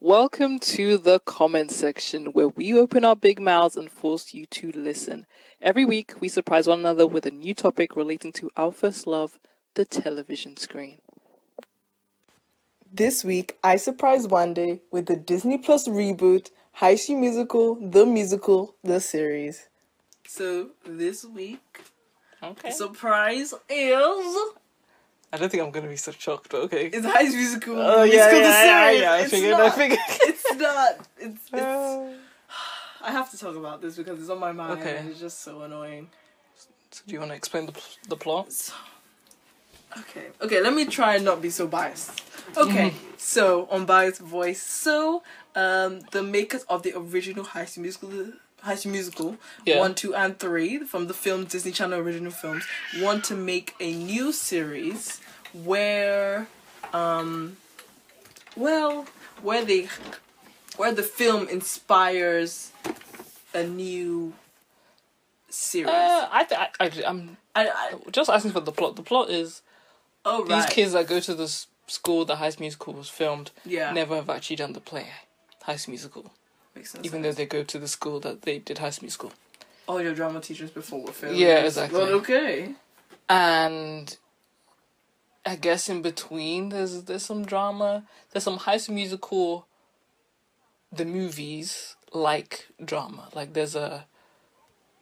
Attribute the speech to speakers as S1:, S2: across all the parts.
S1: Welcome to the comment section where we open our big mouths and force you to listen. Every week, we surprise one another with a new topic relating to our first love, the television screen.
S2: This week, I surprised Wande with the Disney Plus reboot, Haishi Musical, the musical, the series.
S3: So this week,
S1: Okay.
S3: surprise is
S1: I don't think I'm going to be so shocked, but okay.
S3: is High Musical.
S1: Oh,
S3: the
S1: yeah,
S3: musical, the
S1: yeah, yeah,
S3: series.
S1: yeah, I
S3: It's
S1: figured, I
S3: not-
S1: figured.
S3: It's not. It's. it's I have to talk about this because it's on my mind
S1: Okay.
S3: and it's just so annoying.
S1: So do you want to explain the, pl- the plot?
S3: So, okay, okay, let me try and not be so biased.
S1: Mm-hmm.
S3: Okay, so on biased voice, so um, the makers of the original High School Musical. High School Musical
S1: Yeah.
S3: one, two, and three from the film Disney Channel original films want to make a new series where, um, well, where they, where the film inspires a new series.
S1: Uh, I th- I, I, I'm
S3: I, I,
S1: just asking for the plot. The plot is
S3: oh
S1: these
S3: right,
S1: kids that go to the s- school the High Musical was filmed
S3: yeah,
S1: never have actually done the play High Musical,
S3: Makes sense.
S1: even though they go to the school that they did High Musical.
S3: all your drama teachers before were failures.
S1: Yeah, exactly.
S3: Well, okay.
S1: and I guess in between there's there's some drama, there's some High School Musical, the movies like drama. Like there's a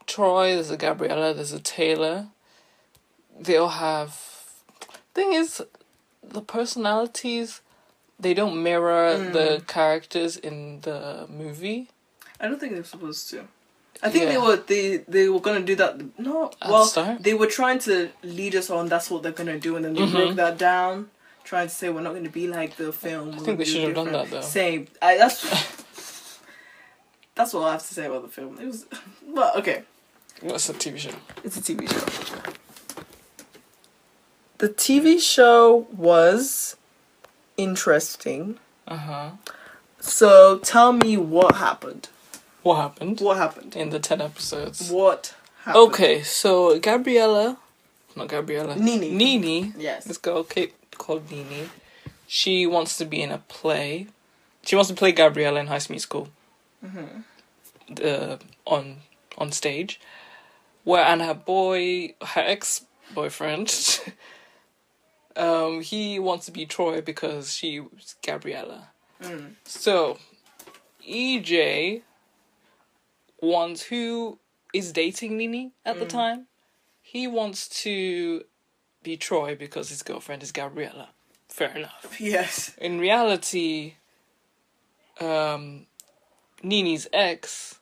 S1: Troy, there's a Gabriella, there's a Taylor. They all have. Thing is, the personalities they don't mirror the characters in the movie.
S3: I don't think they're supposed to. I think they
S1: Yeah.
S3: were they they were gonna do that. No,
S1: At
S3: well,
S1: the start?
S3: they were trying to lead us on. That's what they're gonna do, and then they
S1: Mm-hmm.
S3: broke that down, trying to say we're not gonna be like the film. I
S1: think they should have done that, though.
S3: Same. I, that's that's all I have to say about the film. It was well, okay.
S1: What's the TV show?
S3: It's a TV show. The TV show was interesting.
S1: Uh huh.
S3: So tell me what happened.
S1: What happened
S3: What happened?
S1: in the ten episodes?
S3: What happened?
S1: Okay, so Gabriella, not Gabriella,
S3: Nini.
S1: Nini, this
S3: Yes.
S1: girl Kate, called Nini, she wants to be in a play. She wants to play Gabriella in High School Musical. Uh, on on stage, where and her boy, her ex boyfriend, um, he wants to be Troy because she was Gabriella. So, EJ wants who is dating Nini at the time. He wants to be Troy because his girlfriend is Gabriella. Fair enough.
S3: Yes.
S1: In reality, um, Nini's ex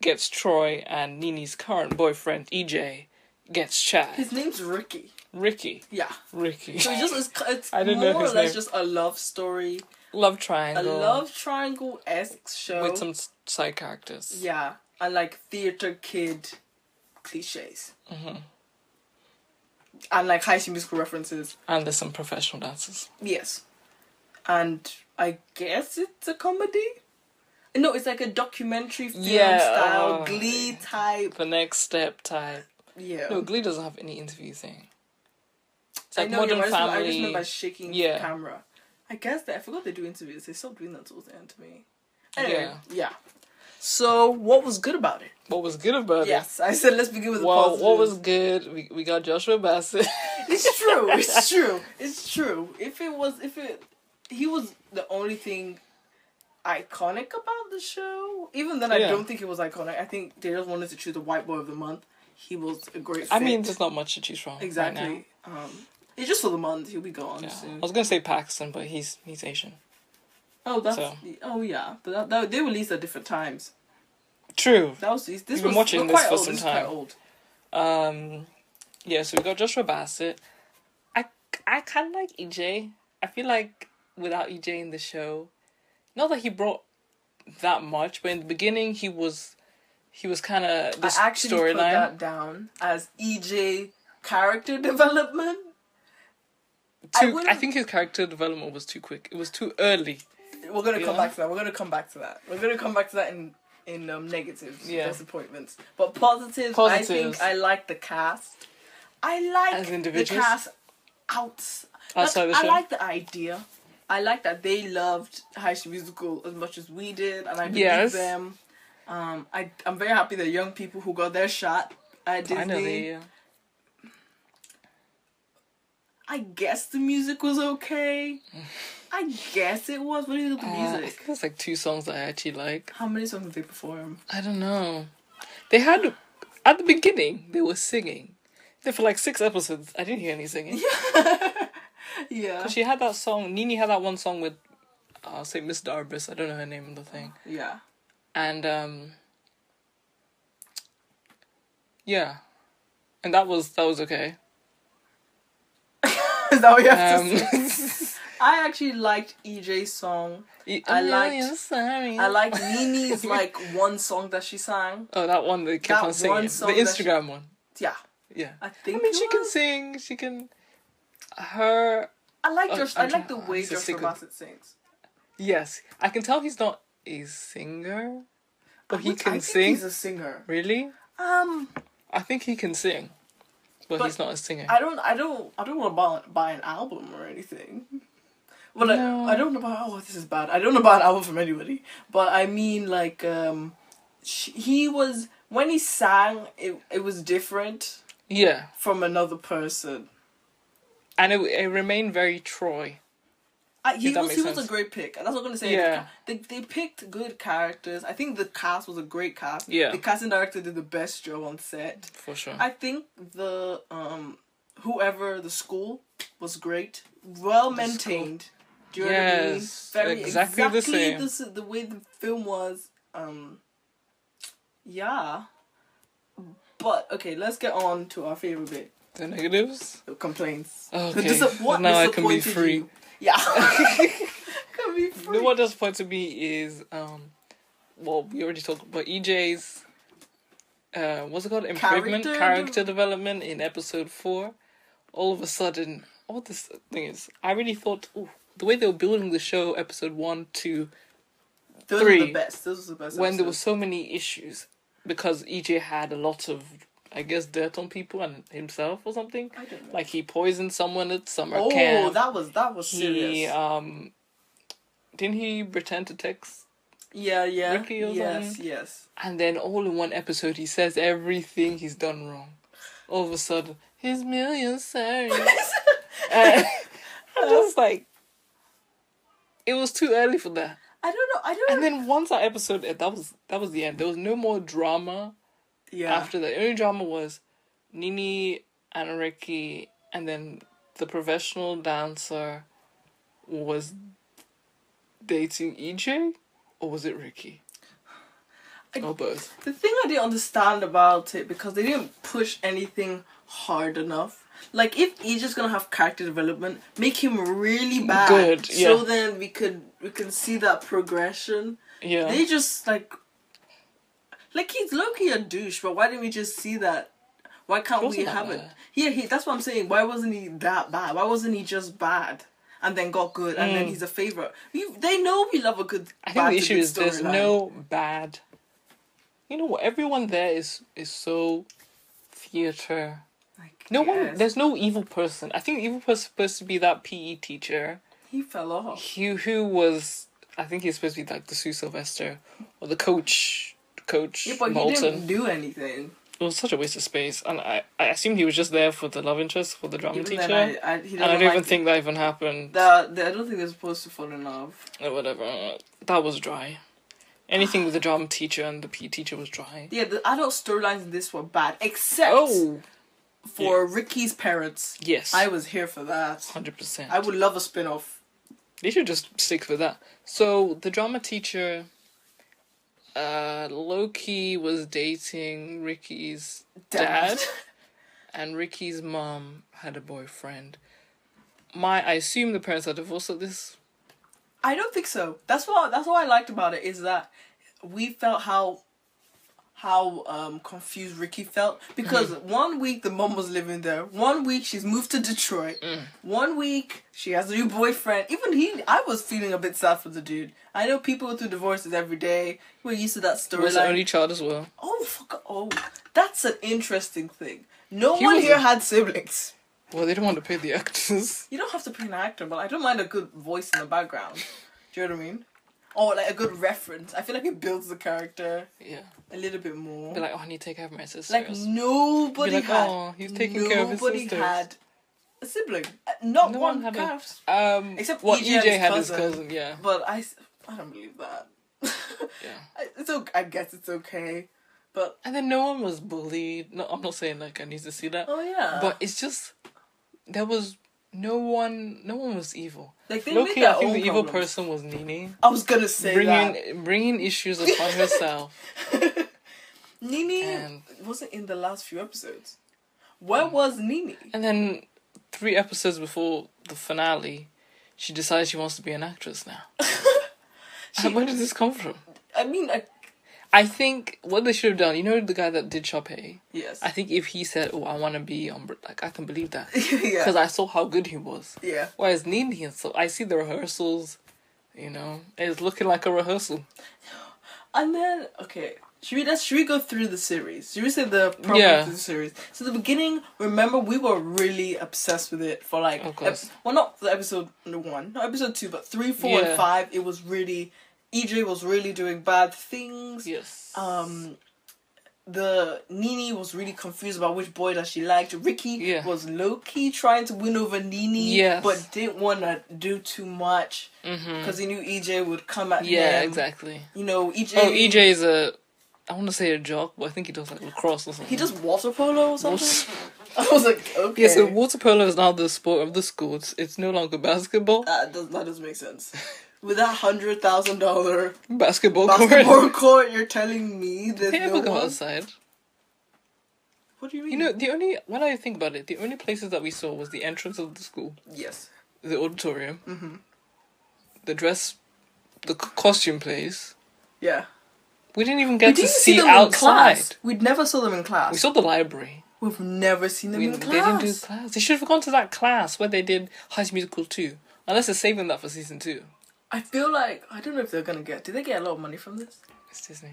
S1: gets Troy, and Nini's current boyfriend EJ gets Chad.
S3: His name's Ricky.
S1: Ricky,
S3: Yeah.
S1: Ricky,
S3: So it just it's, it's
S1: I didn't know
S3: more or
S1: his
S3: less
S1: name.
S3: just a love story,
S1: love
S3: a
S1: triangle
S3: love triangle esque show.
S1: with some s- side characters.
S3: yeah, and like theater kid cliches. Mm-hmm. And like high school musical references.
S1: and there's some professional dancers.
S3: Yes. And I guess it's a comedy. No, it's like a documentary film
S1: Yeah,
S3: style,
S1: oh.
S3: Glee type.
S1: The next step type.
S3: Yeah.
S1: No, Glee doesn't have any interview thing. It's
S3: I
S1: like
S3: know,
S1: Modern
S3: yeah, but I just, I just
S1: Family.
S3: remember shaking
S1: Yeah.
S3: the camera. I guess that I forgot they do interviews. They stopped doing that towards the end to me. Anyway,
S1: Yeah.
S3: yeah. So what was good about it?
S1: what was good about it?
S3: Yes, I said let's begin with the
S1: Well,
S3: positive.
S1: what was good? We, we got Joshua Bassett.
S3: It's true. It's true. It's true. If it was, if it, he was the only thing iconic about the show. Even then, I
S1: Yeah.
S3: don't think he was iconic. I think they just wanted to choose the white boy of the month. He was a great.
S1: I mean,
S3: fit.
S1: there's not much to choose from. right
S3: exactly.
S1: now.
S3: um, it's just for the month. He'll be gone
S1: Yeah. I
S3: soon.
S1: was gonna say Paxton, but he's he's Asian.
S3: Oh, that's
S1: So-
S3: oh yeah. But that, that, they released at different times.
S1: True.
S3: That was this.
S1: We've
S3: was
S1: been watching
S3: we're
S1: this
S3: quite
S1: for
S3: old.
S1: some
S3: is quite
S1: time.
S3: old.
S1: Um, yeah. So we got Joshua Bassett. I I kind of like EJ. I feel like without EJ in the show, not that he brought that much, but in the beginning he was he was kind of the
S3: I actually put
S1: storyline.
S3: that down as EJ character development. I
S1: Too- I
S3: wouldn't-
S1: think his character development was too quick. It was too early.
S3: We're gonna
S1: Yeah.
S3: come back to that. We're gonna come back to that. We're gonna come back to that in in um, negatives,
S1: Yeah.
S3: disappointments, but positives, I
S1: Positives.
S3: think I like the cast. I like
S1: As
S3: the
S1: individuals?
S3: cast out.
S1: Outside
S3: like,
S1: the show?
S3: I like the idea. I like that they loved High School Musical as much as we did, and I believe
S1: Yes.
S3: them. Um, I I'm very happy that young people who got their shot at Disney.
S1: Finally, yeah.
S3: I guess the music was okay. I guess it was. What do you think of the
S1: Uh, I
S3: music?
S1: think there's like two songs that I actually like.
S3: How many songs did they perform?
S1: I don't know. They had at the beginning they were singing. Then for like six episodes, I didn't hear any singing.
S3: Yeah.
S1: She had that song. Nini had that one song with, I'll say Miss Darbus. I don't know her name of the thing.
S3: Yeah.
S1: And um, yeah, and that was that was okay.
S3: Is that what you have
S1: Um,
S3: to say? I actually liked EJ's song. I liked-
S1: I'm sorry.
S3: I liked Nini's like one song that she sang.
S1: Oh, that one that kept
S3: That
S1: on singing.
S3: one
S1: The
S3: song that she-
S1: Instagram one.
S3: Yeah.
S1: Yeah.
S3: I
S1: I
S3: think
S1: mean, she
S3: it
S1: can
S3: was.
S1: sing. She can. Her
S3: I like
S1: Oh,
S3: Josh.
S1: I'm
S3: I like the
S1: trying-
S3: way
S1: it's a
S3: Josh
S1: secret.
S3: Bassett sings.
S1: yes, I can tell he's not a singer, but he
S3: Which I
S1: can
S3: think
S1: sing.
S3: He's a singer.
S1: Really,
S3: Um,
S1: I think he can sing, but,
S3: But
S1: he's not a singer.
S3: I don't. I don't. I don't want to buy, buy an album or anything. Well,
S1: No.
S3: I, I don't know about. Oh, this is bad. I don't know about an album from anybody. But I mean, like, um, sh he was when he sang. It it was different
S1: Yeah,
S3: from another person.
S1: and it, it remained very Troy.
S3: I, he
S1: If that
S3: was,
S1: makes
S3: he was a
S1: sense.
S3: great pick. That's what I'm gonna say.
S1: Yeah.
S3: They, they picked good characters. I think the cast was a great cast.
S1: Yeah.
S3: The casting director did the best job on set.
S1: For sure.
S3: I think the um whoever the school was great, well maintained. Do you
S1: Yes,
S3: know what I mean? Very
S1: exactly
S3: exactly,
S1: the same.
S3: the, s- the way the film was. Um, yeah, but okay, let's get on to our favorite bit:
S1: the negatives.
S3: the complaints. The
S1: Okay,
S3: disa- what
S1: now I can be
S3: disappointed
S1: free.
S3: you? Yeah, can be free.
S1: What does point to me is um, well, we already talked about EJ's. Uh, what's it called? Improvement,
S3: Character
S1: character, development in episode four. All of a sudden, all this thing is. I really thought, ooh, the way they were building the show, episode one, two,
S3: Those were
S1: Three.
S3: the best. Those were the best.
S1: when there were
S3: episodes.
S1: so many issues, because EJ had a lot of, I guess, dirt on people and himself or something.
S3: I don't know.
S1: Like he poisoned someone at summer
S3: oh,
S1: camp.
S3: that was that was serious.
S1: he um, didn't he pretend to text
S3: yeah, yeah,
S1: Ricky or
S3: yes,
S1: something?
S3: yes.
S1: And then all in one episode, he says everything he's done wrong. All of a sudden, he's million sorry. Uh, And I'm just like, it was too early for that.
S3: I don't know. I don't.
S1: And then once that episode, eh, that was that was the end. There was no more drama
S3: yeah.
S1: after that. The only drama was Nini and Ricky, and then the professional dancer was dating EJ, or was it Ricky?
S3: I-
S1: Or both.
S3: The thing I didn't understand about it because they didn't push anything hard enough. Like if he's just gonna have character development, make him really bad.
S1: Good, yeah.
S3: So then we could we can see that progression.
S1: Yeah.
S3: They just like like he's low key a douche, but why didn't we just see that? Why can't we
S1: wasn't that
S3: have it?
S1: bad.
S3: Yeah, he that's what I'm saying. Why wasn't he that bad? Why wasn't he just bad? And then got good, and then he's a favorite. You, they know we love a good.
S1: Mm. I think
S3: bad
S1: the
S3: to
S1: issue
S3: good
S1: is there's
S3: storyline.
S1: no bad. You know what? Everyone there is is so theater.
S3: Like,
S1: No
S3: yes.
S1: one. There's no evil person. I think the evil person supposed to be that PE teacher.
S3: He fell off.
S1: He who was. I think he's supposed to be like the Sue Sylvester or the coach. Coach
S3: Yeah, but he
S1: Moulton.
S3: didn't do anything.
S1: It was such a waste of space, and I, I assumed he was just there for the love interest for the drama
S3: Even
S1: teacher.
S3: then, I, I, he
S1: and I don't
S3: like
S1: even think that even happened.
S3: that. that- I don't think they're supposed to fall in love.
S1: or whatever. That was dry. Anything with the drama teacher and the PE teacher was dry.
S3: Yeah, the adult storylines in this were bad, except
S1: Oh
S3: for Ricky's parents.
S1: yes,
S3: I was here for that.
S1: hundred percent.
S3: I would love a spin off.
S1: They should just stick with that. So the drama teacher, uh, Loki was dating Ricky's dad, and Ricky's mom had a boyfriend. My, I assume the parents are divorced at this.
S3: I don't think so. That's what that's what I liked about it is that we felt how how um confused Ricky felt because
S1: Mm-hmm.
S3: one week the mom was living there, one week she's moved to Detroit,
S1: Mm.
S3: one week she has a new boyfriend. Even he, I was feeling a bit sad for the dude. I know people go through divorces every day. We're used to that
S1: Was the
S3: storyline.
S1: only child as well.
S3: oh fuck! Oh, that's an interesting thing. No
S1: He
S3: one
S1: was
S3: here
S1: a-
S3: had siblings.
S1: Well, they don't want to pay the actors.
S3: You don't have to be an actor, but I don't mind a good voice in the background. Do you know what I mean? Or like a good reference. I feel like it builds the character
S1: Yeah.
S3: a little bit more.
S1: Be like, oh, I need to take care of my sisters.
S3: Like nobody
S1: Be like,
S3: had.
S1: "Oh, he's taking care of his sisters."
S3: had a sibling. Uh, Not
S1: No one
S3: one,
S1: had a-
S3: calf.
S1: um,
S3: Except
S1: what
S3: EJ
S1: EJ,
S3: and his
S1: had his
S3: cousin.
S1: cousin. Yeah.
S3: But I, s- I don't believe that.
S1: Yeah.
S3: I- It's okay. I guess it's okay. But
S1: And then no one was bullied. No, I'm not saying like I need to see that,
S3: oh yeah.
S1: but it's just there was no one. No one was evil.
S3: like they made
S1: Loki, I
S3: their
S1: think
S3: own
S1: the evil
S3: problems.
S1: person was Nini,
S3: I was gonna say
S1: bringing bringing issues upon herself.
S3: that. Nini
S1: And- Hmm.
S3: wasn't in the last few episodes. Where was Nini?
S1: And then three episodes before the finale, she decides she wants to be an actress now. And Where did this come from?
S3: I mean, I,
S1: I think what they should have done. You know the guy that did Chopé.
S3: yes.
S1: I think if he said, "Oh, I want to be on," Br- like I can believe that
S3: yeah.
S1: because I saw how good he was.
S3: yeah.
S1: Whereas Nini, so I see the rehearsals, you know, it's looking like a rehearsal.
S3: And then okay, should we let's, should we go through the series? Should we say the problems
S1: Yeah.
S3: of the series? So the beginning, remember we were really obsessed with it for like
S1: Of course.
S3: well not the episode one, not episode two, but three, four, and
S1: Yeah.
S3: five. It was really EJ was really doing bad things.
S1: Yes.
S3: Um. The Nini was really confused about which boy that she liked. Ricky
S1: Yeah.
S3: was low key trying to win over Nini,
S1: Yes.
S3: but didn't want to do too much
S1: hmm
S3: because he knew EJ would come at
S1: Yeah,
S3: him.
S1: exactly.
S3: You know, E EJ.
S1: Oh, EJ is a. I want to say a jock, but I think he does like lacrosse or something.
S3: He does water polo or something?
S1: Water-
S3: I was like, okay.
S1: Yes, so water polo is now the sport of the school. It's, it's no longer basketball.
S3: that, does, that doesn't make sense. With that $100,000
S1: Basketball,
S3: basketball
S1: court.
S3: court, you're telling me there's
S1: They
S3: no
S1: ever go
S3: one?
S1: outside?
S3: What do you mean?
S1: You know, the only when I think about it, the only places that we saw was the entrance of the school,
S3: yes.
S1: the auditorium, mm-hmm. the dress, the c- costume place.
S3: Yeah.
S1: We didn't even get
S3: we
S1: to
S3: didn't
S1: see,
S3: them in
S1: outside.
S3: class. We never saw them in class.
S1: We saw the library.
S3: We've never seen them
S1: We,
S3: in
S1: they
S3: class.
S1: didn't do class. They should have gone to that class where they did High School Musical 2. Unless they're saving that for season 2.
S3: I feel like, I don't know if they're gonna get, did they get a lot of money from this?
S1: It's Disney.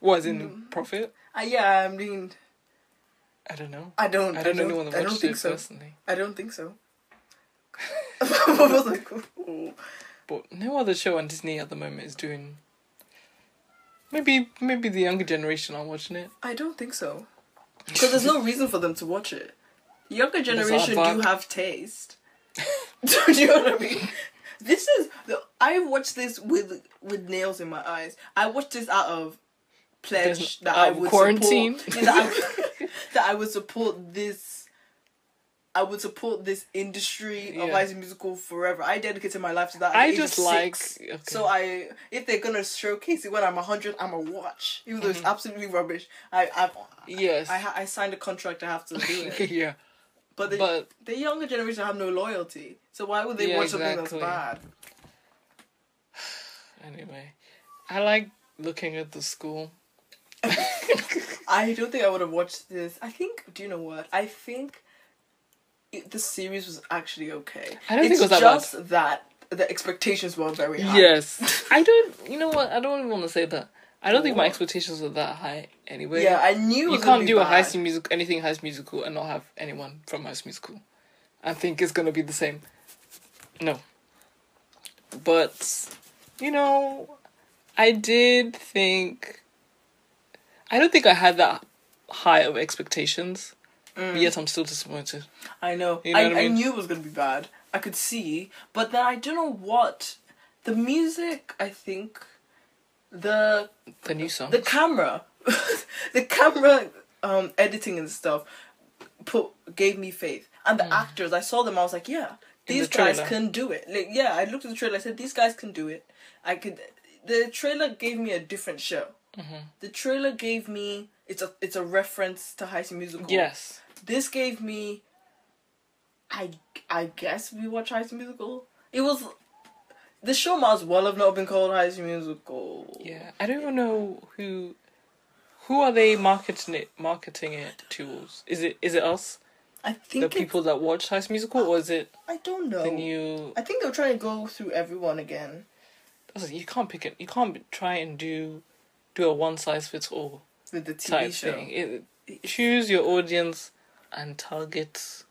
S1: What, as in profit?
S3: Uh, yeah, I mean,
S1: I don't know.
S3: I don't,
S1: I don't know anyone that
S3: I don't
S1: watched
S3: think
S1: it
S3: so.
S1: personally.
S3: I don't think so. I was like, oh.
S1: But no other show on Disney at the moment is doing. Maybe maybe the younger generation are watching it.
S3: I don't think so. Because there's no reason for them to watch it. Younger
S1: Because
S3: generation
S1: our
S3: do
S1: vibe-
S3: have taste. do you know what I mean? This is the, I watched this with with nails in my eyes. I watched this out of pledge
S1: There's-
S3: that
S1: out
S3: I
S1: of
S3: would
S1: quarantine.
S3: Support, yeah, that, I, that I would support this. I would support this industry of
S1: Yeah.
S3: high school musical forever. I dedicated my life to that. at
S1: I
S3: the age of
S1: just like.
S3: six.
S1: Okay.
S3: So I, if they're gonna showcase it when I'm hundred, I'm a watch. Even though it's absolutely rubbish, I I've,
S1: Mm-hmm. yes.
S3: I ha- I signed a contract. I have to do it.
S1: yeah.
S3: But the,
S1: But
S3: the younger generation have no loyalty. So why would they
S1: Yeah,
S3: watch something
S1: exactly.
S3: that's bad?
S1: anyway, I like looking at the school.
S3: I don't think I would have watched this. I think. Do you know what? I think it, the series was actually okay.
S1: I don't think
S3: it's
S1: it was that bad.
S3: just that the expectations were very high.
S1: Yes. I don't. You know what? I don't even want to say that. I don't think my
S3: What?
S1: expectations were that high anyway.
S3: Yeah, I knew it
S1: you
S3: was gonna
S1: can't
S3: be
S1: do a high
S3: bad.
S1: school musical anything high school musical and not have anyone from high school musical. I think it's gonna be the same. No. But you know, I did think. I don't think I had that high of expectations.
S3: Mm.
S1: But yet I'm still disappointed.
S3: I know.
S1: You know
S3: I,
S1: what I
S3: I,
S1: mean?
S3: knew it was gonna be bad. I could see, but then I don't know what the music. I think the
S1: The new song.
S3: the camera, the camera um, editing and stuff, put gave me faith. And the actors, I saw them. I was like, yeah,
S1: Hmm. In the
S3: these guys
S1: trailer.
S3: can do it. Like, yeah, I looked at the trailer. I said, these guys can do it. I could. The trailer gave me a different show.
S1: Mm-hmm.
S3: The trailer gave me it's a it's a reference to High School Musical
S1: yes.
S3: this gave me I I guess we watch High School Musical. It was the show might as well have not been called High School Musical.
S1: Yeah. I don't even know who. Who are they marketing it? Marketing it towards? Is it is it us,
S3: I
S1: the
S3: think Oh. it,
S1: people that watch High School Musical, or is it
S3: I don't know.
S1: the new
S3: I think they were trying to go through everyone again.
S1: Listen, you can't pick it. You can't be- try and do do a one size fits all
S3: With the TV
S1: type
S3: show.
S1: thing. It, choose your audience and target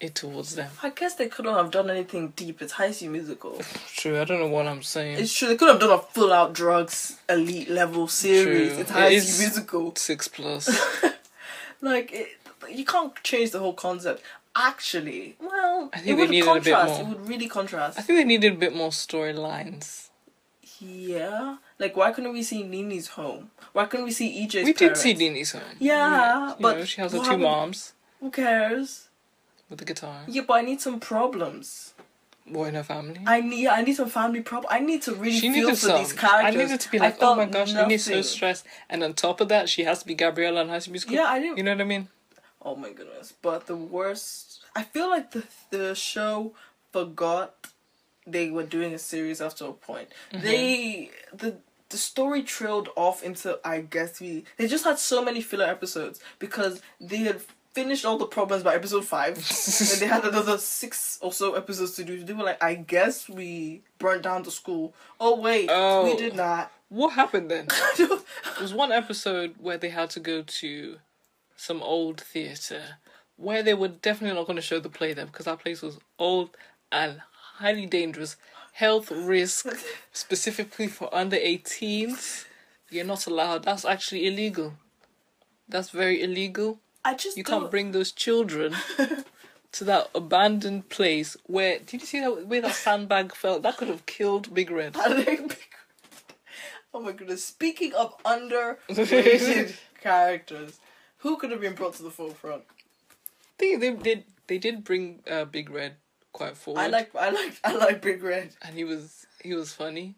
S1: it towards them.
S3: I guess they couldn't have done anything deep. It's High School Musical.
S1: True, I don't know what I'm saying.
S3: It's true. They could have done a full out drugs elite level series.
S1: True.
S3: It's High
S1: It
S3: School
S1: is-
S3: Musical.
S1: Six plus.
S3: like it, you can't change the whole concept. Actually, well,
S1: I think
S3: it
S1: they
S3: would
S1: needed a bit more.
S3: contrast. It would really contrast.
S1: I think they needed a bit more storylines.
S3: yeah, like why couldn't we see Nini's home? Why couldn't we see EJ's?
S1: We did
S3: parents?
S1: see Dini's home.
S3: Yeah,
S1: You
S3: but
S1: know, she has her
S3: what
S1: two
S3: happened-
S1: moms
S3: Who cares?
S1: with the guitar.
S3: Yeah, but I need some problems.
S1: Boy and her family.
S3: I need I need some family problem. I need to really
S1: she
S3: feel
S1: needed
S3: for
S1: some.
S3: these characters.
S1: I needed to be like, oh
S3: felt
S1: my gosh, Nini's so
S3: nothing.
S1: stressed. And on top of that, she has to be Gabriella in High School Musical.
S3: Yeah, I didn't.
S1: You know what I mean?
S3: Oh my goodness! But the worst. I feel like the the show forgot they were doing a series after a point.
S1: Mm-hmm.
S3: They the the story trailed off into I guess we they just had so many filler episodes because they had finished all the problems by episode five and they had another six or so episodes to do. They were like, I guess we burnt down the school. Oh wait,
S1: Oh.
S3: we did not.
S1: What happened then?
S3: I don't-
S1: There was one episode where they had to go to some old theatre where they were definitely not going to show the play there because that place was old and highly dangerous. Health risk, specifically for under 18s. You're not allowed. That's actually illegal. That's very illegal.
S3: I just
S1: You
S3: don't-
S1: can't bring those children to that abandoned place where. Did you see that way that sandbag fell? That could have killed Big Red.
S3: Oh my goodness. Speaking of underrated characters, who could have been brought to the forefront?
S1: They they did they did bring uh, Big Red quite forward.
S3: I like I like I like Big Red.
S1: and he was he was funny.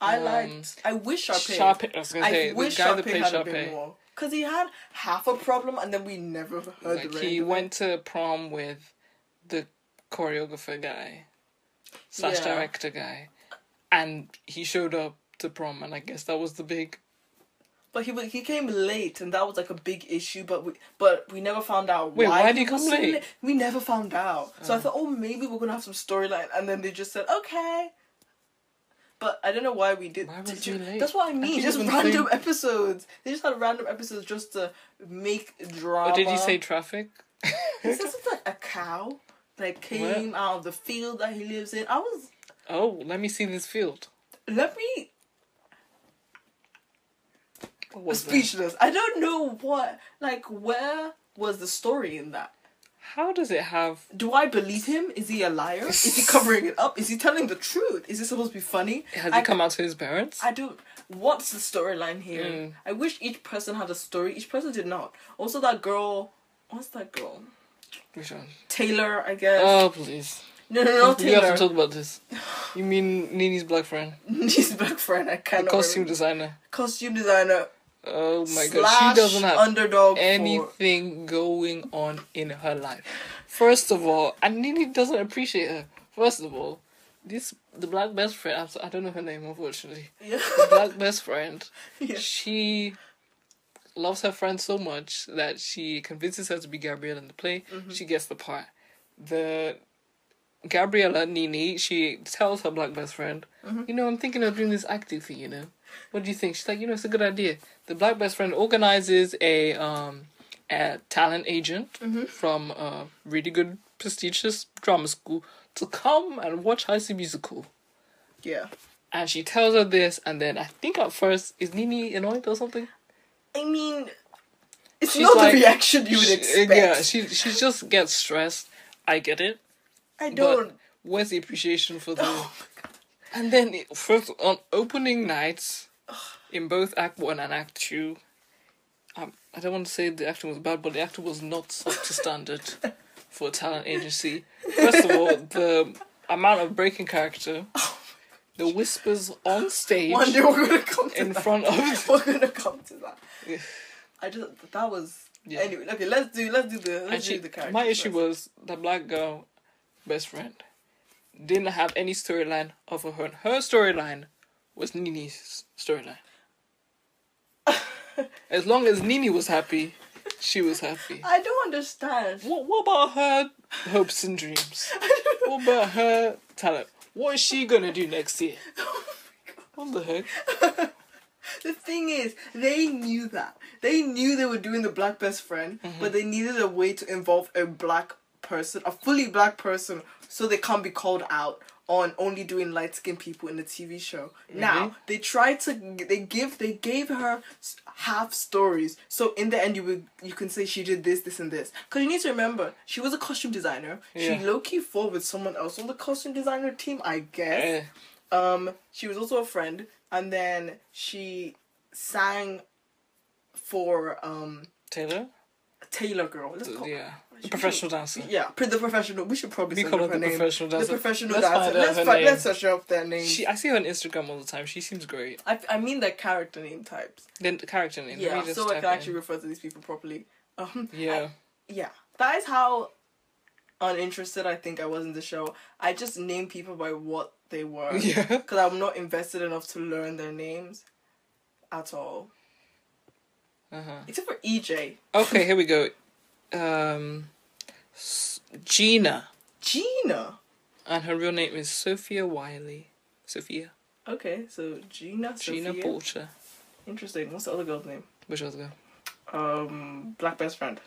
S3: I
S1: Um,
S3: liked I wish Sharpay
S1: Sharpay, I was gonna say
S3: I
S1: the
S3: wish
S1: guy that
S3: Sharpay
S1: played
S3: had a bit
S1: Sharpay.
S3: more. Cause he had half a problem and then we never heard
S1: Like
S3: the
S1: he
S3: rest.
S1: went to prom with the choreographer guy slash
S3: Yeah.
S1: director guy, and he showed up to prom, and I guess that was the big.
S3: But he wa- he came late and that was like a big issue but we but we never found out
S1: Wait, why did
S3: he
S1: he come
S3: was so
S1: late?
S3: We never found out. So I thought, oh maybe we're gonna have some storyline and then they just said, Okay. But I don't know why we did.
S1: Why
S3: did
S1: was
S3: you-
S1: he late?
S3: That's what I
S1: I
S3: mean.
S1: couldn't
S3: just
S1: even
S3: random
S1: think.
S3: episodes. They just had random episodes just to make drama.
S1: Or did he say traffic?
S3: Is this like a cow that came out of the field that he lives in? I was.
S1: oh, let me see this field.
S3: Let me.
S1: What was that?
S3: Speechless. I don't know what. Like, where was the story in that?
S1: How does it have?
S3: Do I believe him? Is he a liar? Is he covering it up? Is he telling the truth? Is it supposed to be funny?
S1: Has
S3: I,
S1: he come out to his parents?
S3: I don't. What's the storyline here?
S1: Mm.
S3: I wish each person had a story. Each person did not. Also, that girl. What's that girl?
S1: Which one?
S3: Taylor, I guess.
S1: Oh please,
S3: no, no, no,
S1: we have
S3: Taylor.
S1: to talk about this. You mean Nini's black friend,
S3: His black friend. I cannot.
S1: costume
S3: remember.
S1: designer?
S3: costume designer.
S1: Oh my
S3: slash
S1: god, she doesn't have
S3: underdog. for-
S1: anything going on in her life. First of all, and Nini doesn't appreciate her. First of all, this the black best friend. I'm so- I don't know her name, unfortunately.
S3: Yeah.
S1: The black best friend.
S3: Yeah.
S1: She loves her friend so much that she convinces her to be Gabrielle in the play. She gets the part. The Gabriella Nini, she tells her black best friend, you know, I'm thinking of doing this acting thing, you know. What do you think? She's like, you know, it's a good idea. The black best friend organizes a um a talent agent from a really good prestigious drama school to come and watch High School Musical.
S3: yeah.
S1: And she tells her this, and then I think at first is Nini annoyed or something.
S3: I mean, it's
S1: She's
S3: not
S1: like-
S3: the reaction you would
S1: She-
S3: expect.
S1: Yeah, she she just gets stressed. I get it.
S3: I
S1: But
S3: don't.
S1: where's the appreciation for the?
S3: Oh my God.
S1: And then it- first on opening nights, in both Act One and Act Two, um, I don't want to say the acting was bad, but the acting was not up to standard for a talent agency. First of all, the amount of breaking character, the whispers on stage
S3: One day we're gonna come to
S1: in
S3: that.
S1: front of.
S3: We're gonna come to that. I just that was.
S1: Yeah.
S3: Anyway, okay. Let's do. Let's do the.
S1: And
S3: Let's
S1: she,
S3: do the characters.
S1: my issue
S3: first.
S1: was the black girl, best friend, didn't have any storyline of her own. Her storyline was Nini's storyline. as long as Nini was happy, she was happy.
S3: I don't understand.
S1: What, what about her hopes and dreams? What about her talent? What is she gonna do next year? What the heck?
S3: The thing is, they knew that. They knew they were doing the black best friend, but they needed a way to involve a black person, a fully black person, so they can't be called out on only doing light skinned people in the TV show. Now they try to they give they gave her s- half stories. So in the end, you would you can say she did this, this, and this. Cause you need to remember she was a costume designer.
S1: Yeah.
S3: She low key fought with someone else on the costume designer team, I guess.
S1: Eh,
S3: Um, she was also a friend, and then she sang for um
S1: Taylor?
S3: Taylor Girl. Let's call
S1: Yeah.
S3: She-
S1: Professional dancer.
S3: Yeah, pre- the professional. We should probably
S1: We
S3: send
S1: call
S3: up
S1: her
S3: her
S1: the
S3: name.
S1: professional dancer.
S3: The professional
S1: Let's
S3: dancer.
S1: find out
S3: let's
S1: her
S3: fi-
S1: name.
S3: let's search up that name.
S1: She I see her on Instagram all the time. She seems great.
S3: I, I mean their character name types.
S1: Then the character name. Let
S3: Yeah,
S1: me just
S3: so I
S1: type
S3: can
S1: it
S3: actually
S1: in.
S3: refer to these people properly. Um,
S1: Yeah.
S3: yeah, that is how uninterested I think I was in the show. I just named people by what they were.
S1: Yeah.
S3: Because I'm not invested enough to learn their names at all.
S1: Uh-huh.
S3: Except for E EJ.
S1: Okay, here we go. Um S- Gina.
S3: Gina.
S1: And her real name is Sophia Wiley. Sophia.
S3: Okay, so Gina.
S1: Gina
S3: Sophia.
S1: Porter.
S3: Interesting. What's the other girl's name?
S1: Which other girl?
S3: Um, Black Best Friend.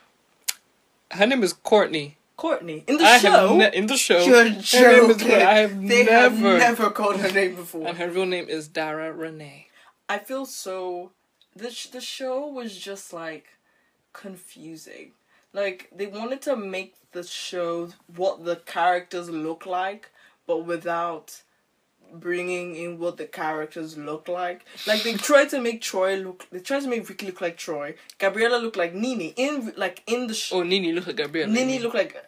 S1: Her name is Courtney.
S3: Courtney. In the
S1: I have
S3: show.
S1: ne- in the show.
S3: You're
S1: her name is
S3: joking.
S1: Courtney. I have
S3: they have
S1: never.
S3: never called her name before.
S1: And her real name is Dara Renee.
S3: I feel so. The sh- the show was just like confusing. Like they wanted to make the show what the characters look like, but without bringing in what the characters look like. Like they tried to make Troy look. They tried to make Vicky look like Troy. Gabriella look like Nini in like in the show.
S1: Oh, Nini looks like Gabriella.
S3: Nini look like.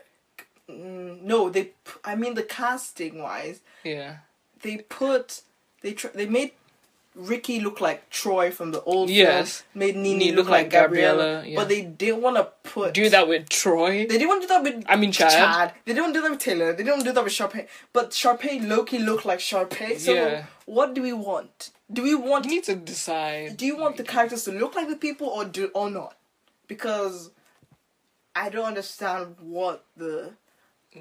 S3: Mm, no, they. p- I mean the casting wise,
S1: Yeah.
S3: they put they tr- they made Ricky look like Troy from the old
S1: Yes.
S3: films, made Nini,
S1: Nini
S3: look,
S1: look
S3: like,
S1: like
S3: Gabriella,
S1: Gabriella, yeah.
S3: but they didn't want to put
S1: Do that with Troy.
S3: They didn't want to do that with
S1: I mean, Chad.
S3: They didn't want to do that with Taylor. They didn't want to do that with Sharpay. But Sharpay Loki looked like Sharpay. So
S1: Yeah.
S3: what do we want? Do we want?
S1: You need to decide.
S3: Do you want the characters to look like the people or do or not? Because I don't understand what the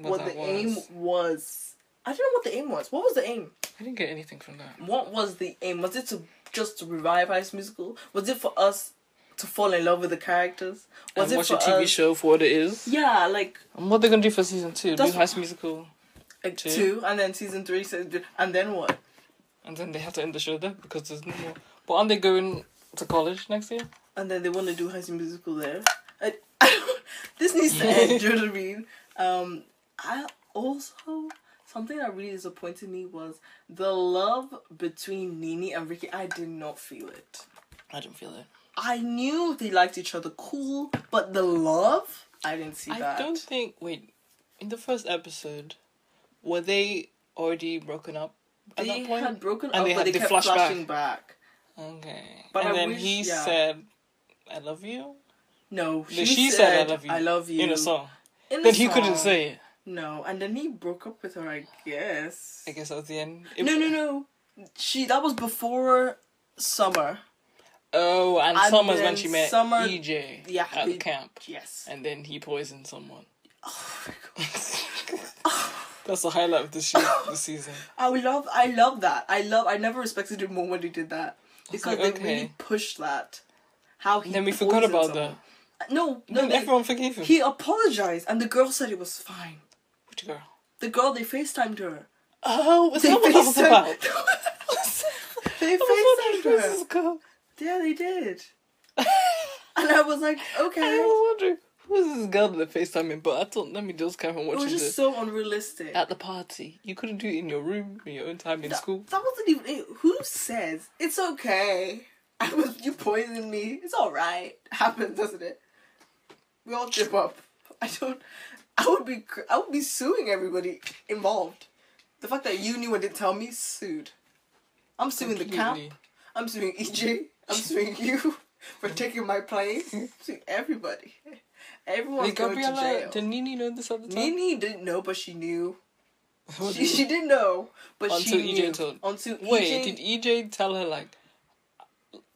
S3: what,
S1: that
S3: the aim was. I don't know what the aim was. What was the aim?
S1: I didn't get anything from that.
S3: what was the aim? Was it to just to revive High School Musical? Was it for us to fall in love with the characters? Was
S1: and
S3: it
S1: watch
S3: for
S1: a TV
S3: us?
S1: show for what it is.
S3: Yeah, like
S1: And what they're gonna do for season two?
S3: That's-
S1: do High School Musical,
S3: like
S1: Two.
S3: two. and then season three, season three, and then what?
S1: and then they have to end the show there because there's no more. But aren't they going to college next year?
S3: And then they want to do High School Musical there. I, this needs to end. do you know what I mean? Um, I also something that really disappointed me was the love between Nini and Ricky. I did not feel it.
S1: I didn't feel it.
S3: I knew they liked each other, cool, but the love, I didn't see
S1: I
S3: that.
S1: don't think. Wait, in the first episode, were they already broken up at
S3: they
S1: that point?
S3: had broken
S1: And
S3: up,
S1: they
S3: but
S1: had
S3: they
S1: the
S3: kept
S1: flashback.
S3: flashing back.
S1: Okay.
S3: But
S1: and
S3: I
S1: then
S3: wish-
S1: he
S3: yeah.
S1: said, "I love you."
S3: No,
S1: She,
S3: she,
S1: she said, "I love you."
S3: I love you.
S1: in a song.
S3: In
S1: Then
S3: the
S1: he couldn't
S3: song.
S1: say it.
S3: No, and then he broke up with her. I guess.
S1: I guess that was the end. It-
S3: No, no, no. She that was before summer.
S1: Oh, and,
S3: And
S1: Summer's when
S3: then
S1: she met
S3: Summer-
S1: EJ
S3: Yeah,
S1: at
S3: they-
S1: the camp,
S3: Yes.
S1: and then he poisoned someone.
S3: Oh my god.
S1: That's the highlight of the show, the season.
S3: I love. I love that. I love. I never respected him more when he did that because
S1: like,
S3: they really
S1: okay.
S3: pushed that. How he.
S1: And then we forgot about
S3: that.
S1: that.
S3: No, no.
S1: Then
S3: they-
S1: everyone forgave him.
S3: he apologized, and the girl said it was fine.
S1: Which girl?
S3: The girl they Facetimed her.
S1: Oh, was
S3: They
S1: that what that was about?
S3: they
S1: I was
S3: FaceTimed
S1: wondering,
S3: her.
S1: this girl.
S3: Yeah, they did. And I was like,
S1: I
S3: okay.
S1: was wondering who is this girl that FaceTime him, but I thought let me just come and
S3: It
S1: watch
S3: was
S1: this
S3: just so unrealistic.
S1: at the party. You couldn't do it in your room, in your own time, in
S3: that,
S1: school.
S3: that wasn't even it. Who says it's okay? I was you poisoned me. It's all right. Happens, doesn't it? We all trip up. I don't. I would be. cr- I would be suing everybody involved. The fact that you knew and didn't tell me sued. I'm suing the camp.
S1: Completely.
S3: I'm suing EJ. I'm suing you for taking my place. I'm suing everybody. Everyone's
S1: Did
S3: going to
S1: Gabriella,
S3: jail.
S1: did Nini know this at the time?
S3: Nini didn't know, but she knew.
S1: What
S3: She,
S1: did-
S3: she didn't know, but
S1: Until
S3: she
S1: EJ
S3: knew. E
S1: told-
S3: Until
S1: Wait,
S3: EJ
S1: did E- EJ tell her like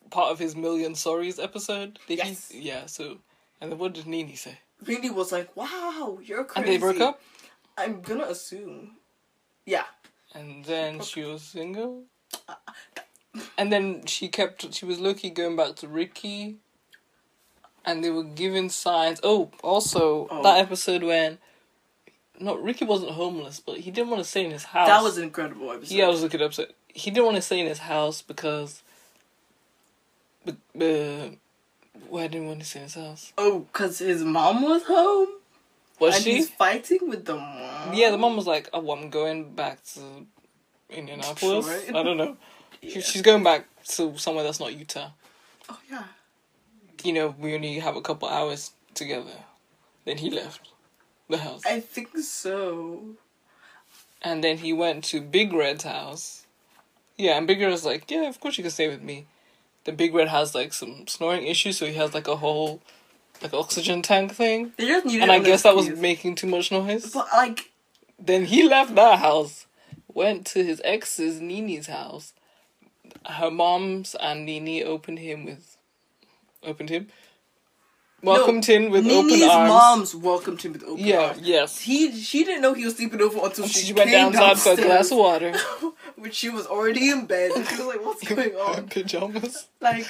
S1: part of his million sorries episode? Did
S3: Yes.
S1: He, yeah. So, and then what did Nini say?
S3: Nini was like, "Wow, you're crazy."
S1: And they broke up.
S3: I'm gonna assume. Yeah, Uh,
S1: And then she was single. And then she kept. She was Loki going back to Ricky. And they were giving signs. Oh, also
S3: Oh.
S1: that episode when No, Ricky wasn't homeless, but he didn't want to stay in his house.
S3: That was an incredible episode.
S1: yeah, I was looking up. So he didn't want to stay in his house because. But, uh, why didn't want to stay in his house?
S3: Oh, because his mom was home?
S1: Was
S3: and
S1: she?
S3: he's fighting with the mom?
S1: Yeah, the mom was like, "Oh, I'm going back to Indianapolis.
S3: Detroit.
S1: I don't know. She-
S3: Yeah.
S1: She's going back to somewhere that's not Utah.
S3: Oh, yeah.
S1: You know, we only have a couple hours together." Then he left the house,
S3: I think so.
S1: and then he went to Big Red's house. Yeah, and Big Red was like, "Yeah, of course you can stay with me." The Big Red has like some snoring issues, so he has like a whole like oxygen tank thing,
S3: They just needed
S1: and I
S3: an
S1: guess that was
S3: excuse.
S1: making too much noise.
S3: But, like,
S1: Then he left that house, went to his ex's Nini's house. Her mom's and Nini opened him with, opened him, welcomed him with
S3: Nini's
S1: open arms.
S3: mom's welcomed him with open
S1: yeah,
S3: arms.
S1: yes.
S3: He, she didn't know he was sleeping over until
S1: She,
S3: she,
S1: went
S3: came
S1: downstairs for a glass of water,
S3: Which she was already in bed. She was like, what's going
S1: her
S3: on?
S1: pajamas.
S3: Like,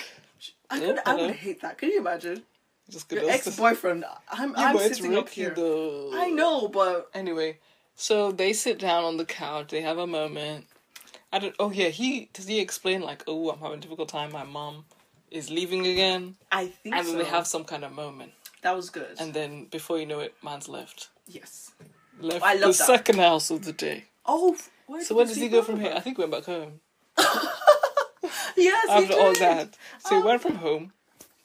S3: I,
S1: Yeah,
S3: could, I
S1: hello.
S3: would hate that. Can you imagine?
S1: Just
S3: Your
S1: goes to-
S3: ex-boyfriend. I'm,
S1: Yeah,
S3: I'm
S1: but it's
S3: sitting up
S1: Ricky
S3: here.
S1: though.
S3: I know, but
S1: Anyway, so they sit down on the couch. They have a moment. I don't. Oh yeah, he does. He explain like, oh, I'm having a difficult time. My mom is leaving again,
S3: I think
S1: and then
S3: so.
S1: they have some kind of moment.
S3: that was good.
S1: And then before you know it, man's left.
S3: yes.
S1: Left
S3: I
S1: the
S3: love that.
S1: second house of the day.
S3: Oh, where
S1: So where does he go from here? I think he went back home
S3: Yes, he
S1: after all
S3: did.
S1: that. So he
S3: Oh.
S1: went from home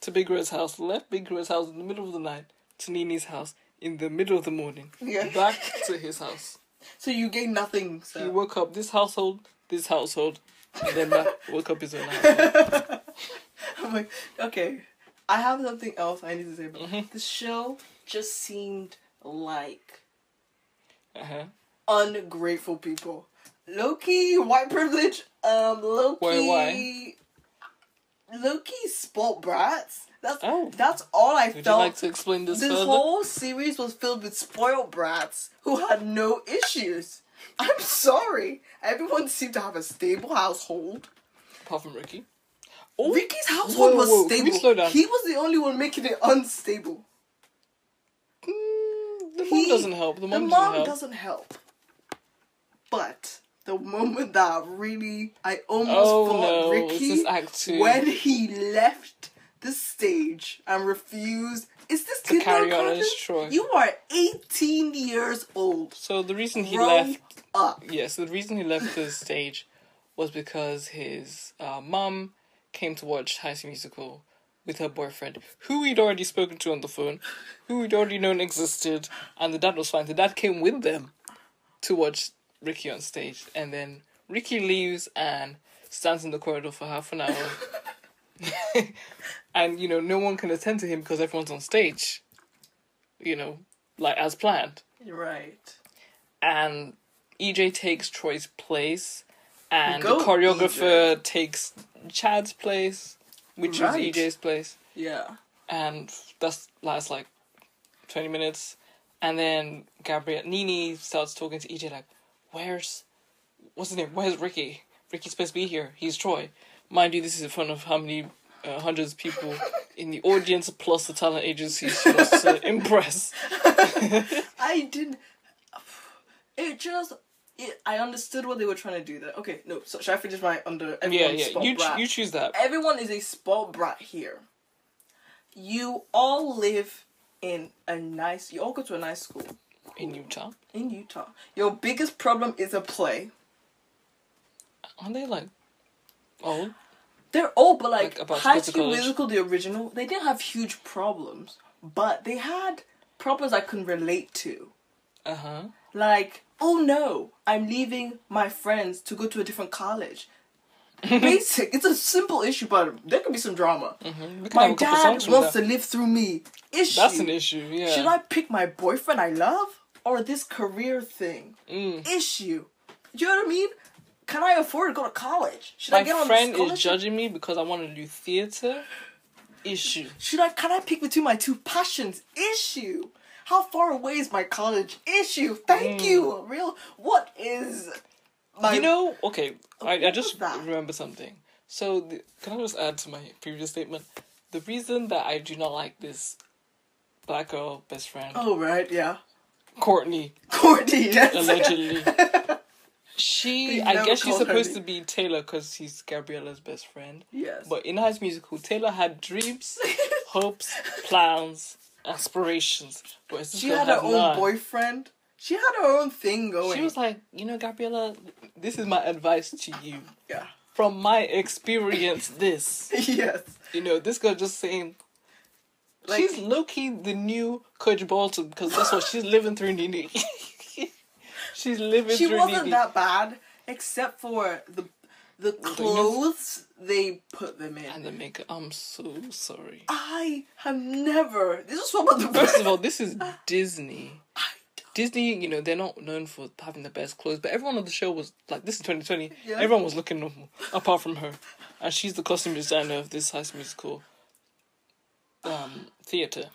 S1: to Big Red's house, left Big Red's house in the middle of the night to Nini's house in the middle of the morning,
S3: Yeah.
S1: back to his house.
S3: So you gain nothing. So.
S1: He woke up this household, this household, and then back, woke up his own house.
S3: I'm like, okay, I have something else I need to say about
S1: Mm-hmm.
S3: this show. Just seemed like
S1: Uh-huh.
S3: ungrateful people. Low key white privilege. Um, low key.
S1: Why,
S3: Low key sport brats. That's
S1: Oh.
S3: that's all I
S1: Would you
S3: felt.
S1: like to explain this,
S3: this
S1: further?
S3: whole series was filled with spoiled brats who had no issues. I'm sorry. Everyone seemed to have a stable household.
S1: Apart from Ricky. Oh,
S3: Ricky's household
S1: whoa,
S3: was
S1: whoa, can we
S3: stable.
S1: slow down?
S3: He was the only one making it unstable.
S1: Mm, the mom
S3: He-
S1: doesn't help. The mom,
S3: the
S1: doesn't
S3: mom
S1: help.
S3: doesn't help. But the moment that really I almost
S1: Oh,
S3: fought
S1: no,
S3: Ricky
S1: this is act two.
S3: when he left the stage and refused. Is this
S1: To carry on
S3: kindergarten?
S1: his troy.
S3: You are 18 years old.
S1: So the reason he
S3: Grow
S1: left
S3: up.
S1: Yes, the reason he left the stage was because his uh, mum came to watch High School Musical with her boyfriend, who he'd already spoken to on the phone, who he'd already known existed, and the dad was fine. The dad came with them to watch Ricky on stage, and then Ricky leaves and stands in the corridor for half an hour. and you know, no one can attend to him because everyone's on stage, you know, like as planned
S3: Right.
S1: and EJ takes Troy's place, and
S3: Go, E
S1: the choreographer takes Chad's place, which
S3: Right.
S1: is EJ's place,
S3: Yeah.
S1: and that's lasts like twenty minutes, and then Gabrielle Nini starts talking to EJ like, "Where's, what's his name? Where's Ricky? Ricky's supposed to be here. He's Troy. Mind you, this is in front of how many." Uh, hundreds of people in the audience plus the talent agency she wants to impress.
S3: I didn't. It just. It, I understood what they were trying to do there. Okay, no. So should I finish my under?
S1: Yeah,
S3: everyone's
S1: yeah.
S3: spot
S1: You ch-
S3: brat?
S1: you choose that.
S3: everyone is a spoiled brat here. You all live in a nice. You all go to a nice school
S1: in Utah.
S3: in Utah. Your biggest problem is a play.
S1: Aren't they like old?
S3: They're old, but like,
S1: Like, about to
S3: High
S1: go to
S3: School
S1: college.
S3: Musical, the original, they didn't have huge problems, but they had problems I can relate to.
S1: Uh huh.
S3: like, oh no, I'm leaving my friends to go to a different college. Basic. It's a simple issue, but there could be some drama.
S1: Mm-hmm.
S3: My dad wants to live through me. Issue.
S1: That's an issue. Yeah.
S3: Should I pick my boyfriend I love or this career thing?
S1: Mm.
S3: Issue. Do you know what I mean? Can I afford to go to college? Should I
S1: My
S3: get on
S1: friend
S3: this college?
S1: is judging me because I want to do theater. Issue.
S3: Should I? Can I pick between my two passions? Issue. How far away is my college? Issue. Thank you. Real. What is? My
S1: Mm. You know. Okay. I, I
S3: what
S1: just
S3: was that?
S1: remember something. So the, can I just add to my previous statement? The reason that I do not like this black girl best friend
S3: Oh right, yeah.
S1: Courtney,
S3: Courtney, yes.
S1: allegedly. she,
S3: They
S1: I
S3: never
S1: guess she's
S3: called her
S1: supposed
S3: name.
S1: to be Taylor because he's Gabriella's best friend.
S3: yes.
S1: But in High School Musical, Taylor had dreams, hopes, plans, aspirations. But his
S3: she
S1: sister
S3: had her
S1: has
S3: own
S1: none.
S3: boyfriend. She had her own thing going.
S1: She was like, you know, Gabriella, this is my advice to you.
S3: yeah.
S1: From my experience, this.
S3: yes.
S1: You know, this girl just saying,
S3: Like-
S1: she's low key the new Coach Bolton because that's what she's living through Nini. she's living
S3: She
S1: through
S3: wasn't
S1: Nini.
S3: that bad, except for the the clothes they put them in.
S1: And the makeup. I'm so sorry.
S3: I have never. This is what about the
S1: First of all, this is Disney.
S3: I don't-
S1: Disney, you know, they're not known for having the best clothes, but everyone on the show was like, this is 2020.
S3: Yeah.
S1: Everyone was looking normal, apart from her, and she's the costume designer of this high school musical um, theater.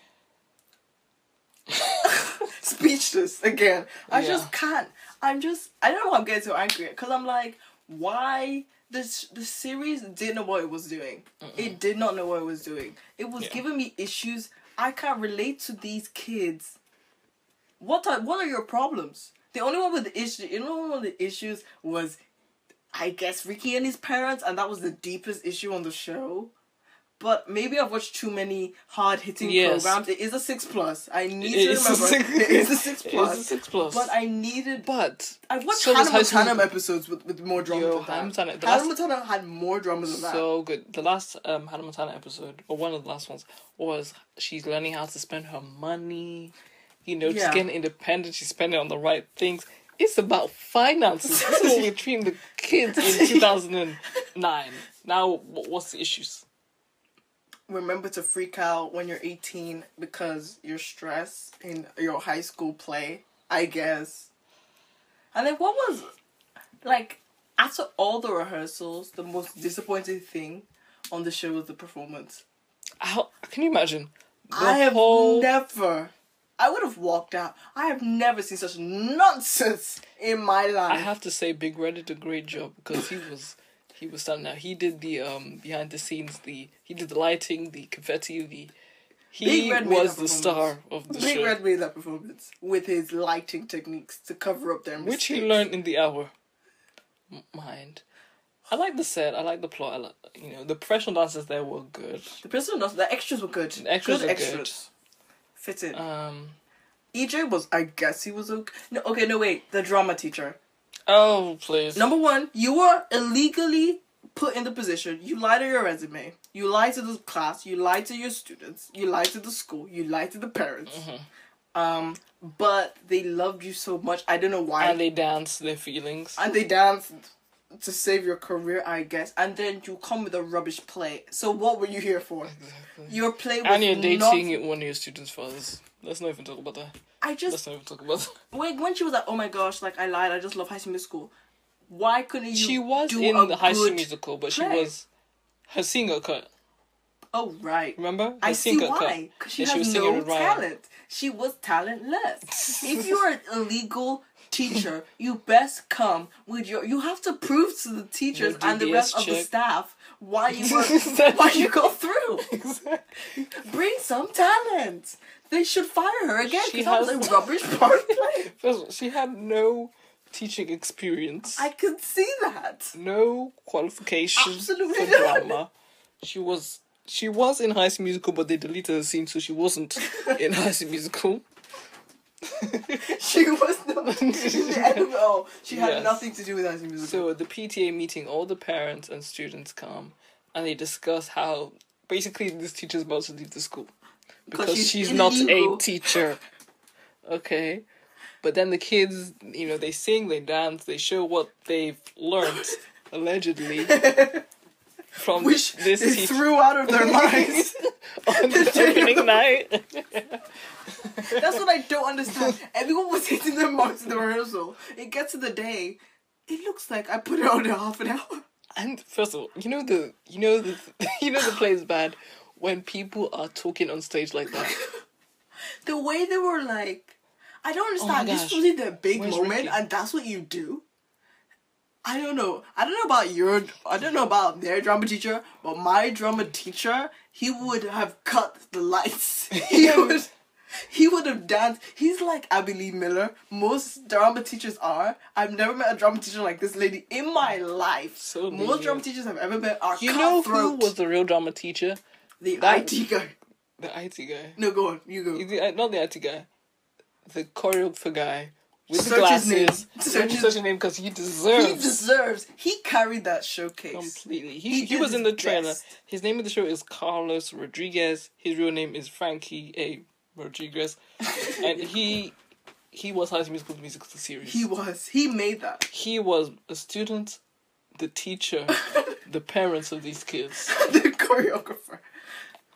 S3: speechless again. I
S1: Yeah.
S3: just can't. I'm just. I don't know. why I'm getting so angry because I'm like, why this the series didn't know what it was doing. It did not know what it was doing. It was
S1: Yeah.
S3: giving me issues. I can't relate to these kids. What are what are your problems? The only one with the issue, the only one with the issues was, I guess Ricky and his parents, and that was the deepest issue on the show. But maybe I've watched too many hard hitting
S1: Yes.
S3: programs. It is a six plus. I need
S1: It
S3: need to
S1: is a
S3: remember
S1: six-
S3: it is a six
S1: it is
S3: plus.
S1: a six plus.
S3: But I needed.
S1: But
S3: I watched
S1: so was
S3: Hannah
S1: High School
S3: Montana
S1: Musical.
S3: episodes with, with more drama.
S1: Yo,
S3: than that.
S1: Hannah Montana- the
S3: Hannah
S1: last-
S3: Montana had more drama than that.
S1: so good. The last um, Hannah Montana episode, or one of the last ones, was she's learning how to spend her money. You know,
S3: Yeah.
S1: she's getting independent. She's spending on the right things. It's about finances. this is what we're treating the kids in 2009. Now, wh- what's the issues?
S3: Remember to freak out when you're 18 because you're stressed in your high school play. I guess. And then what was, like, after all the rehearsals, the most disappointing thing on the show was the performance.
S1: How can you imagine? The
S3: I have
S1: whole
S3: never. I would have walked out. I have never seen such nonsense in my life.
S1: I have to say, Big Red did a great job because he was he was standing out. He did the um behind the scenes, the he did the lighting, the confetti, the he
S3: Big Red made
S1: was
S3: that
S1: the star of the
S3: Big
S1: show,
S3: Red made that performance with his lighting techniques to cover up their mistakes.
S1: which he learned in the hour. M- Mind, I like the set. I like the plot. I like, you know, the professional dancers there were good.
S3: The person knows the extras were good.
S1: The extras
S3: good
S1: were
S3: extras. Fit in.
S1: Um,
S3: EJ was, I guess he was okay. No, okay, no wait. The drama teacher.
S1: oh please,
S3: Number one, you were illegally put in the position. You lied to your resume. You lied to the class. You lied to your students. You lied to the school. You lied to the parents.
S1: Mm-hmm.
S3: Um, but they loved you so much. I don't know why.
S1: and they danced their feelings.
S3: and they danced to save your career, I guess. And then you come with a rubbish play. So what were you here for? Your play was
S1: and you're
S3: not.
S1: dating one of your students' fathers. Let's not even talk about that.
S3: I just
S1: Let's not even talk about that.
S3: wait when she was like, oh my gosh, like I lied. I just love High School Musical. Why couldn't you?
S1: she was
S3: do
S1: in
S3: a
S1: the High School
S3: good-
S1: Musical, but she
S3: play.
S1: was her singer cut.
S3: Oh right.
S1: Remember? Her
S3: I see
S1: singer
S3: why. Because she
S1: Yeah,
S3: has
S1: singing
S3: no
S1: with Ryan.
S3: talent. She was talentless. if you're an illegal teacher, you best come with your. You have to prove to the teachers
S1: Your
S3: and the
S1: DBS
S3: rest of the
S1: check.
S3: staff why you were, why you got through. Bring some talent. They should fire her again
S1: She
S3: because that was
S1: has-
S3: a rubbish part play.
S1: First of all, she had no teaching experience,
S3: I could see that.
S1: no qualifications
S3: Absolutely
S1: for
S3: not.
S1: drama. She was she was in High School Musical, but they deleted the scene, so she wasn't in High School Musical.
S3: She was not in the end. Oh, she had
S1: Yes.
S3: nothing to do with that musical.
S1: So at the PTA meeting, all the parents and students come, and they discuss how basically this teacher's about to leave the school because
S3: she's
S1: she's, not
S3: illegal.
S1: a teacher. Okay, but then the kids, you know, they sing, they dance, they show what they've learned allegedly from
S3: which
S1: this
S3: they
S1: teacher
S3: threw out of their minds.
S1: on the opening night.
S3: That's what I don't understand. Everyone was hitting their marks in the rehearsal. It gets to the day. It looks like I put it on in half an hour.
S1: And first of all, you know the you know the you know the play is bad when people are talking on stage like that.
S3: The way they were like, I don't
S1: Oh my
S3: understand. this
S1: gosh.
S3: is really their big
S1: Where's
S3: moment,
S1: Ricky?
S3: and that's what you do. I don't know. I don't know about your. I don't know about their drama teacher, but my drama teacher, he would have cut the lights. He would. He would have danced. He's like Abby Lee Miller. Most drama teachers are. I've never met a drama teacher like this lady in my life.
S1: So
S3: Most
S1: deviant.
S3: drama teachers I've ever met are
S1: You know who
S3: cutthroat.
S1: was the real drama teacher?
S3: the
S1: that-
S3: IT guy?
S1: The IT guy.
S3: No, go on. You go.
S1: You think- Not the IT guy. The choreographer guy with the
S3: Search his name.
S1: glasses.
S3: Search
S1: Search,
S3: his-
S1: search his name because he
S3: he
S1: deserves
S3: deserves. He carried that showcase.
S1: completely.
S3: He
S1: He, he,
S3: did
S1: was in the
S3: his
S1: trailer.
S3: best.
S1: His name in the show is Carlos Rodriguez. His real name is Frankie A. Rodriguez, and he he was High School Musical the musical series.
S3: He was. He made that.
S1: he was a student, the teacher, the parents of these kids.
S3: the choreographer.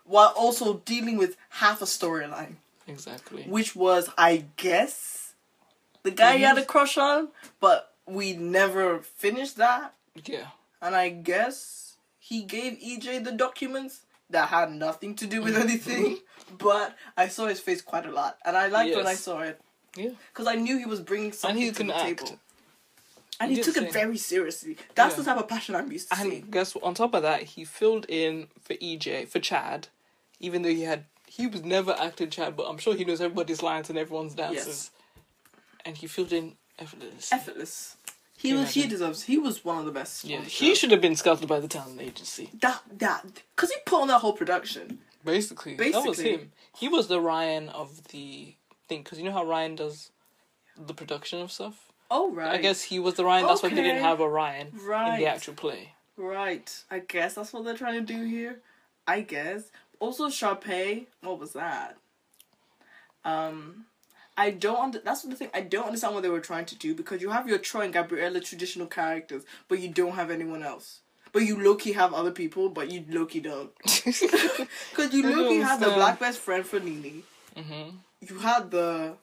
S3: While also dealing with half a storyline,
S1: Exactly.
S3: which was, I guess, the guy you had a crush on, but we never finished that.
S1: Yeah.
S3: And I guess he gave EJ the documents that had nothing to do with anything, but I saw his face quite a lot, and I liked when I
S1: Yes.
S3: saw it.
S1: Yeah.
S3: Because I knew he was bringing something
S1: And he
S3: to
S1: can
S3: the
S1: act.
S3: table, and
S1: He
S3: he
S1: did
S3: took
S1: sing.
S3: it very seriously. That's
S1: Yeah.
S3: the type of passion I'm used to seeing.
S1: And guess what? On top of that, he filled in for EJ for Chad, even though he had he was never acting Chad, but I'm sure he knows everybody's lines and everyone's dances.
S3: Yes.
S1: And he filled in effortless.
S3: Effortless. He was. He
S1: Imagine.
S3: deserves. He was one of the best. on
S1: yeah,
S3: the
S1: he
S3: show.
S1: should have been scouted by the talent agency.
S3: that that because he put on that whole production.
S1: Basically, that was
S3: Basically.
S1: him. He was the Ryan of the thing because you know how Ryan does the production of stuff.
S3: Oh right,
S1: I guess he was the Ryan. That's why they
S3: Okay.
S1: didn't have a Ryan in
S3: Right.
S1: the actual play.
S3: right. I guess that's what they're trying to do here. I guess also Sharpay. What was that? Um, I don't. Und- that's the thing. I don't understand what they were trying to do because you have your Troy and Gabriella traditional characters, but you don't have anyone else. But you Loki have other people, but you Loki don't.
S1: Mm-hmm.
S3: Because you
S1: I don't
S3: Loki had the
S1: understand.
S3: black best friend for Nini.
S1: mm-hmm.
S3: You had the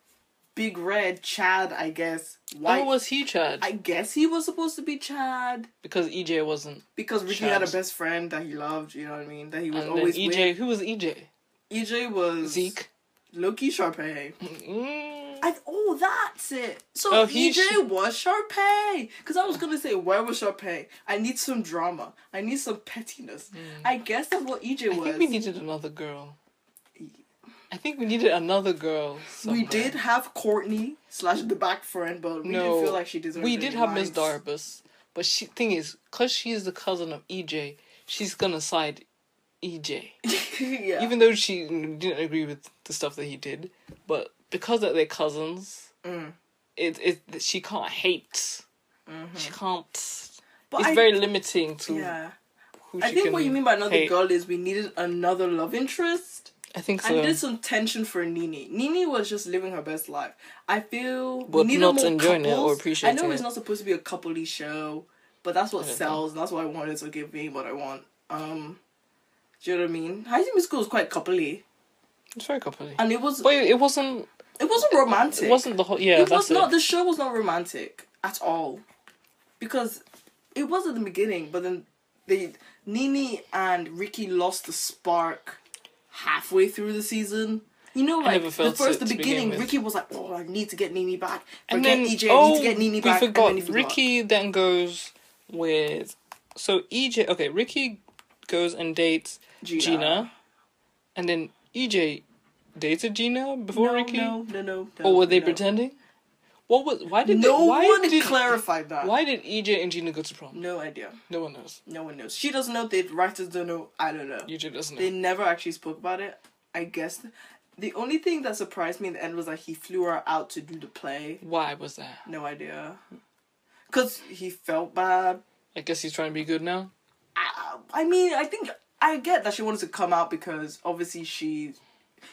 S3: big red Chad. I guess
S1: Why
S3: white.
S1: Oh, was he Chad?
S3: I guess he was supposed to be Chad
S1: Because EJ wasn't.
S3: because Ricky had a
S1: Chad.
S3: best friend that he loved. You know what I mean? That he was
S1: And then
S3: always
S1: EJ,
S3: with.
S1: who was E EJ?
S3: EJ was
S1: Zeke.
S3: Loki Sharpay.
S1: Mm.
S3: I, oh, that's it. So
S1: Oh, he
S3: EJ
S1: sh-
S3: was Sharpay. Because I was gonna say, where was Sharpay? I need some drama. I need some pettiness. I guess that's what
S1: Hmm.
S3: EJ
S1: I
S3: was.
S1: think we needed another girl. I think we needed another girl.
S3: We
S1: somewhere.
S3: did have Courtney slash the back friend, but we
S1: No,
S3: didn't feel like she deserved.
S1: We
S3: any
S1: did have Miss
S3: lines.
S1: Darbus, but she thing is, cause she is the cousin of EJ, she's gonna side EJ,
S3: yeah.
S1: even though she didn't agree with the stuff that he did. But because that they're cousins,
S3: Mm.
S1: it it she can't hate. She can't.
S3: Mm-hmm. But
S1: it's
S3: I-
S1: very limiting to
S3: Yeah.
S1: who
S3: I
S1: she
S3: think
S1: can
S3: what you mean by another
S1: hate.
S3: girl is we needed another love interest.
S1: I think so.
S3: and there's some tension for Nini. Nini was just living her best life. I feel
S1: But
S3: we needed
S1: not
S3: more
S1: enjoying it or
S3: couples. I know
S1: appreciating
S3: it's
S1: it.
S3: not supposed to be a coupley show, but that's what
S1: don't know.
S3: sells. That's what I wanted to give me what I want. Um, do you know what I mean? High School Musical was quite coupley,
S1: It's very coupley.
S3: and it was
S1: But it wasn't.
S3: it wasn't romantic.
S1: It wasn't the whole. Yeah,
S3: it
S1: that's
S3: was not.
S1: it.
S3: The show was not romantic at all, because it was at the beginning. But then they Nini and Ricky lost the spark halfway through the season. You know, like
S1: never
S3: the
S1: felt
S3: first,
S1: it
S3: the
S1: to begin
S3: beginning,
S1: with.
S3: Ricky was like, "Oh, I need to get Nini back."
S1: and
S3: Forget
S1: then
S3: EJ,
S1: oh,
S3: I need to get Nini
S1: we
S3: back.
S1: forgot.
S3: And then he forgot.
S1: Ricky then goes with so EJ. Okay, Ricky goes and dates
S3: Gina.
S1: Gina, and then EJ dates a Gina before
S3: no,
S1: Ricky.
S3: no, no, no, no.
S1: or were they
S3: no.
S1: pretending? What was? Why did
S3: No
S1: they, why
S3: one
S1: did,
S3: clarified that.
S1: Why did EJ and Gina go to prom?
S3: No idea.
S1: No one knows.
S3: No one knows. She doesn't know. The writers don't know. I don't know.
S1: EJ doesn't know.
S3: They never actually spoke about it. I guess the only thing that surprised me in the end was that he flew her out to do the play.
S1: why was that?
S3: No idea. Cause he felt bad.
S1: I guess he's trying to be good now.
S3: I, I mean, I think I get that she wanted to come out because obviously she,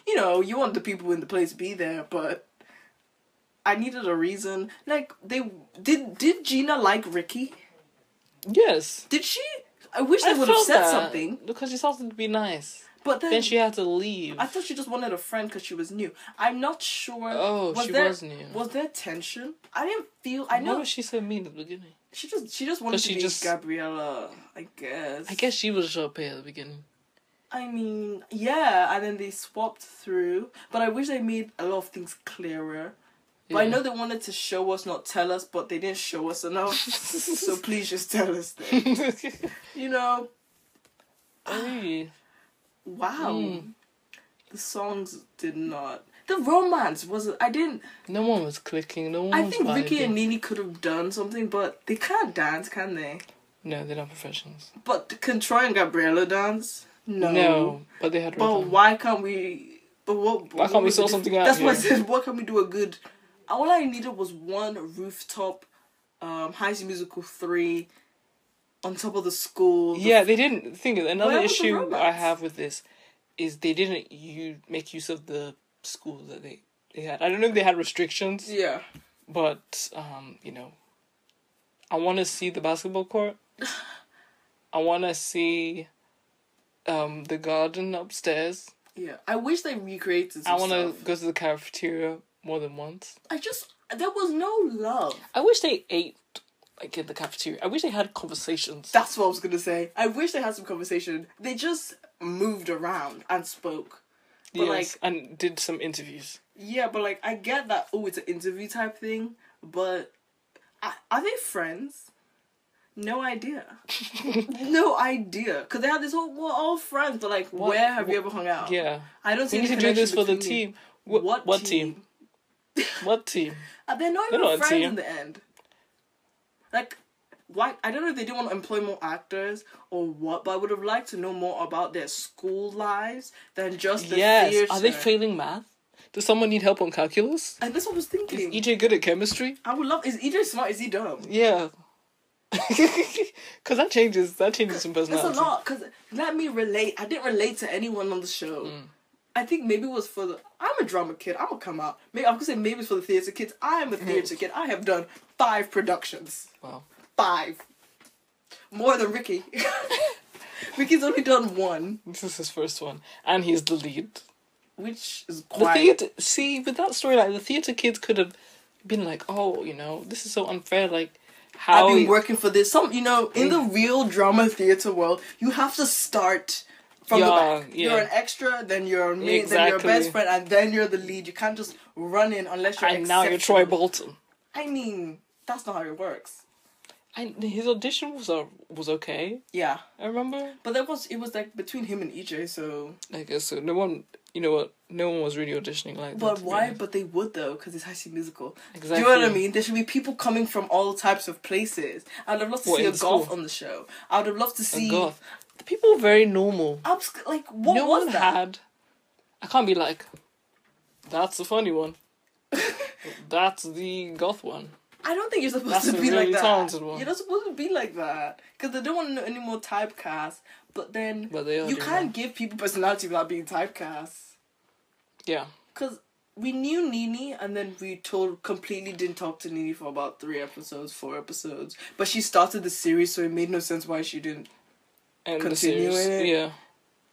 S3: you know, you want the people in the place to be there, but I needed a reason. Like they did. Did Gina like Ricky?
S1: Yes.
S3: Did she? I wish they
S1: I
S3: would have
S1: felt
S3: said
S1: that,
S3: something.
S1: because she started to be nice.
S3: But
S1: Then she had to leave.
S3: I thought she just wanted a friend because she was new. I'm not sure.
S1: Oh, she was new.
S3: Was there tension? I didn't feel. I
S1: Why
S3: know
S1: was she so mean at the beginning?
S3: she just she just wanted
S1: But
S3: to
S1: she
S3: be
S1: just-
S3: Gabriella. I guess.
S1: I guess she was Sharpay at the beginning.
S3: I mean, yeah. And then they swapped through, but I wish they made a lot of things clearer. But I
S1: Yeah.
S3: know they wanted to show us, not tell us, but they didn't show us enough. so please just tell us. Then. You know,
S1: Hey,
S3: wow.
S1: Mm.
S3: The songs did not. the romance was I didn't
S1: No one was clicking. No one
S3: I
S1: was
S3: think Vicky
S1: vibing.
S3: and Nini could have done something, but they can't dance, can they?
S1: No, they're not professionals.
S3: But can Troy and Gabriella dance? No.
S1: No, but they had
S3: But
S1: rhythm.
S3: why can't we? But what?
S1: Why can't
S3: what
S1: we
S3: was
S1: sort
S3: the
S1: something
S3: diff-
S1: out
S3: That's why I
S1: here?
S3: said, what can we do a good? All I needed was one rooftop, um, High School Musical three, on top of the school. the
S1: Yeah, they didn't think. Another
S3: Where was the
S1: issue I
S3: romance?
S1: have with this is they didn't you make use of the school that they they had. I don't know if they had restrictions,
S3: Yeah.
S1: but um, you know, I want to see the basketball court. I want to see um the garden upstairs.
S3: Yeah. I wish they recreated some
S1: I want to
S3: stuff.
S1: go to the cafeteria more than once.
S3: I just there was no love.
S1: I wish they ate like in the cafeteria. I wish they had conversations.
S3: That's what I was gonna say. I wish they had some conversation. They just moved around and spoke. But like
S1: yes, and did some interviews.
S3: Yeah, but like I get that. Oh, it's an interview type thing, but I, are they friends? No idea. no idea. Cause they have this whole we're all friends, but like,
S1: What-
S3: where have you
S1: what-
S3: ever hung out?
S1: Yeah.
S3: I don't see.
S1: We
S3: any
S1: need to do this
S3: connection
S1: for the
S3: between you.
S1: team. What,
S3: What,
S1: what
S3: team?
S1: team? What team?
S3: Uh, they're not
S1: They're
S3: even
S1: not a
S3: friends
S1: team.
S3: in the end. Like, why? I don't know if they didn't want to employ more actors or what, but I would have liked to know more about their school lives than just the
S1: yes.
S3: theater.
S1: Are they failing math? Does someone need help on calculus?
S3: and that's what I was
S1: Is E
S3: thinking.
S1: EJ good at chemistry?
S3: I would love. Is EJ smart? Is he dumb?
S1: Yeah. Cause that changes. That changes some
S3: That's
S1: personality.
S3: a lot because let me relate. I didn't relate to anyone on the show. I think maybe it was for the. I'm a drama kid. I'm gonna come out. Maybe I'm gonna say maybe it's for the theater kids. I am a theater kid. I have done five productions.
S1: Wow.
S3: Five. More than Ricky. Ricky's only done one,
S1: This is his first one, and he's the lead.
S3: which is
S1: The
S3: quite.
S1: theater. See, with that storyline, the theater kids could have been like, "Oh, you know, this is so unfair." Like, how?
S3: I've been working for this. Some, you know, in
S1: Mm.
S3: the real drama theater world, you have to start from the
S1: Yeah,
S3: back.
S1: yeah.
S3: You're an extra, then you're a mate, then
S1: Exactly.
S3: you're a best friend, and then you're the lead. You can't just run in unless you're.
S1: and now you're Troy
S3: exceptional.
S1: Bolton.
S3: I mean, that's not how it works.
S1: And his audition was uh, was okay.
S3: Yeah,
S1: I remember.
S3: but that was it was like between him and EJ. So,
S1: I guess so. No one, you know what? No one was really auditioning like that.
S3: but
S1: to be
S3: why?
S1: honest.
S3: But they would though, because it's High School Musical.
S1: Exactly.
S3: Do you know what I mean? There should be people coming from all types of places. I would have loved to
S1: What,
S3: see
S1: in
S3: a golf
S1: school?
S3: on the show. I would have loved to
S1: A
S3: see.
S1: goth. The people were very normal.
S3: Abs- like what
S1: no
S3: was
S1: one
S3: that?
S1: had. I can't be like. That's the funny one. That's the goth one.
S3: I don't think you're supposed
S1: That's
S3: to
S1: a
S3: be
S1: really
S3: like that.
S1: talented one.
S3: You're not supposed to be like that because they don't want to know any more typecast. But then
S1: But they are
S3: you
S1: doing
S3: can't give people personality without being typecast.
S1: Yeah.
S3: Because we knew Nini, and then we told completely didn't talk to Nini for about three episodes, four episodes. But she started the series, so it made no sense why she didn't.
S1: And
S3: Continuing
S1: the series.
S3: it.
S1: Yeah.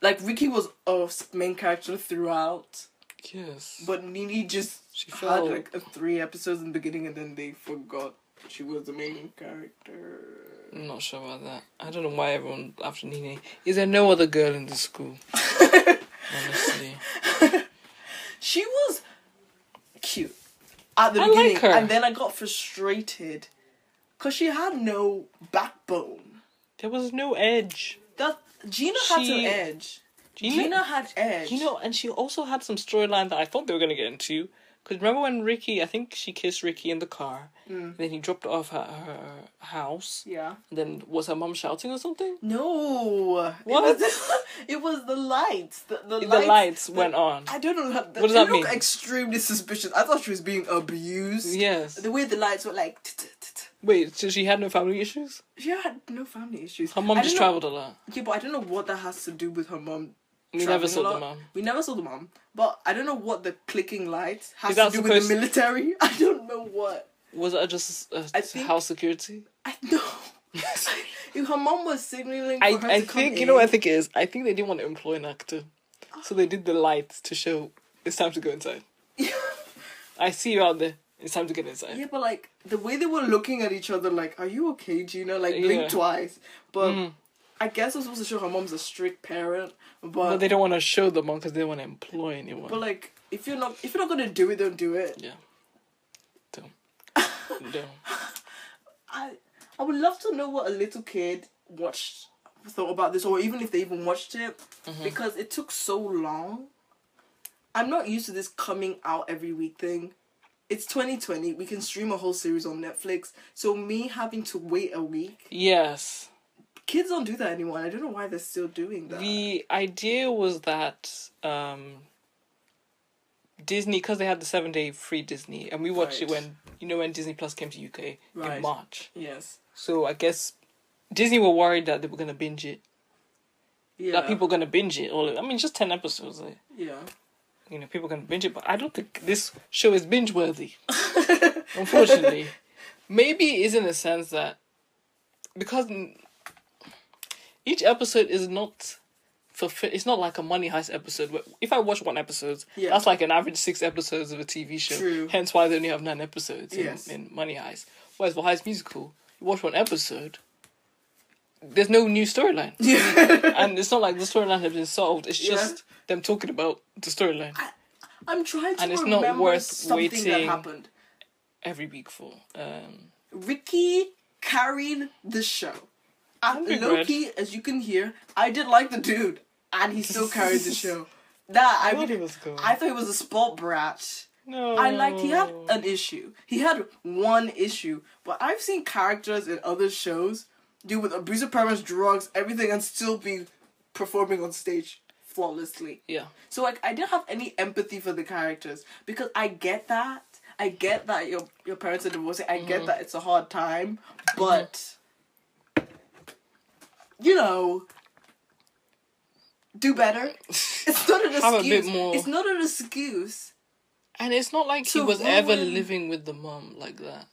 S3: Like Ricky was a s- main character throughout,
S1: Yes.
S3: but Nini just
S1: She
S3: had
S1: fell.
S3: like a three episodes in the beginning, and then they forgot she was the main character.
S1: I'm not sure about that. I don't know why everyone after Nene. Is there no other girl in the school? Honestly.
S3: She was cute at the
S1: I like
S3: beginning,
S1: her.
S3: and then I got frustrated because she had no backbone.
S1: There was no edge.
S3: That Gina had some
S1: She-
S3: edge. Gina,
S1: Gina-
S3: had edge.
S1: You know, and she also had some storyline that I thought they were going to get into. Because remember when Ricky, I think she kissed Ricky in the car, and then he dropped her off at her house.
S3: Mm. Yeah.
S1: And then was her mum shouting or something?
S3: No.
S1: What?
S3: It was, it was the lights. The, the,
S1: The
S3: lights,
S1: lights
S3: the-
S1: went on.
S3: I don't know. How, the,
S1: What does
S3: they
S1: that mean?
S3: look Extremely suspicious. I thought she was being abused.
S1: Yes.
S3: The way the lights were like. t- t- t- t-
S1: Wait, so she had no family issues?
S3: She had no family issues.
S1: Her mum
S3: I
S1: just
S3: don't know-
S1: travelled a lot.
S3: Yeah, but I don't know what that has to do with her mom.
S1: We
S3: traveling
S1: never
S3: a
S1: saw the
S3: lot.
S1: mum.
S3: We never saw the mom, but I don't know what the clicking lights has
S1: Is
S3: to
S1: that
S3: do with
S1: supposed-
S3: the military. I don't know what.
S1: Was that just uh,
S3: I think-
S1: house security?
S3: I know. if her mom was signaling for
S1: I,
S3: her
S1: I
S3: to come
S1: think, you know what I
S3: in,
S1: think it is? I think they didn't want to employ an actor. So they did the lights to show it's time to go inside. I see you out there. It's time to get inside.
S3: yeah, but like the way they were looking at each other, like, "Are you okay, Gina?" Like blink
S1: Yeah. Mm.
S3: twice. But I guess I'm supposed to show her mom's a strict parent, but
S1: But
S3: but,
S1: they don't want to show the mum because they don't want to employ anyone.
S3: like if you're not if you're not gonna do it, don't do it.
S1: Yeah. Dumb. Dumb.
S3: I I would love to know what a little kid watched,
S1: Mm-hmm.
S3: thought about this, or even if they even watched it, because it took so long. I'm not used to this coming out every week thing. It's 2020. We can stream a whole series on Netflix. So me having to wait a week,
S1: Yes.
S3: kids don't do that anymore. and I don't know why they're still doing that.
S1: The idea was that um, Disney, because they had the seven day free Disney, and we watched it
S3: Right.
S1: when you know when Disney Plus came to UK
S3: Right.
S1: in March.
S3: yes.
S1: So I guess Disney were worried that they were gonna binge it,
S3: Yeah.
S1: that people were gonna binge it. All I mean, just ten episodes. Like,
S3: Yeah.
S1: you know, people are gonna binge it, but I don't think this show is binge worthy. Unfortunately, maybe it is in a sense that because n- each episode is not for it's not like a money heist episode. Where if I watch one episode,
S3: Yeah.
S1: that's like an average six episodes of a TV show.
S3: True.
S1: Hence why they only have nine episodes in,
S3: Yes.
S1: in Money Heist. Whereas for Heist Musical, you watch one episode. There's no new storyline, and it's not like the storyline has been solved. It's
S3: Yeah.
S1: just them talking about the storyline.
S3: I'm trying to
S1: And it's not
S3: remember
S1: worth
S3: something that
S1: waiting.
S3: happened.
S1: every week for. Um,
S3: Ricky carried the show. And
S1: be
S3: low key, as you can hear, I did like the dude, and he still carried the show. That I,
S1: thought
S3: would,
S1: he was cool.
S3: I thought he was a sport brat.
S1: no,
S3: I liked he had
S1: Oh.
S3: an issue. He had one issue, but I've seen characters in other shows deal with abusive parents, drugs, everything, and still be performing on stage flawlessly.
S1: yeah,
S3: So like I didn't have any empathy for the characters because I get that. I get that your your parents are divorcing. I
S1: Mm.
S3: get that it's a hard time,
S1: Mm-hmm.
S3: but you know, do better. It's not an excuse.
S1: Have a bit more.
S3: It's not an excuse.
S1: and it's not like he
S3: To
S1: was ever
S3: ruin-
S1: living with the mom like that.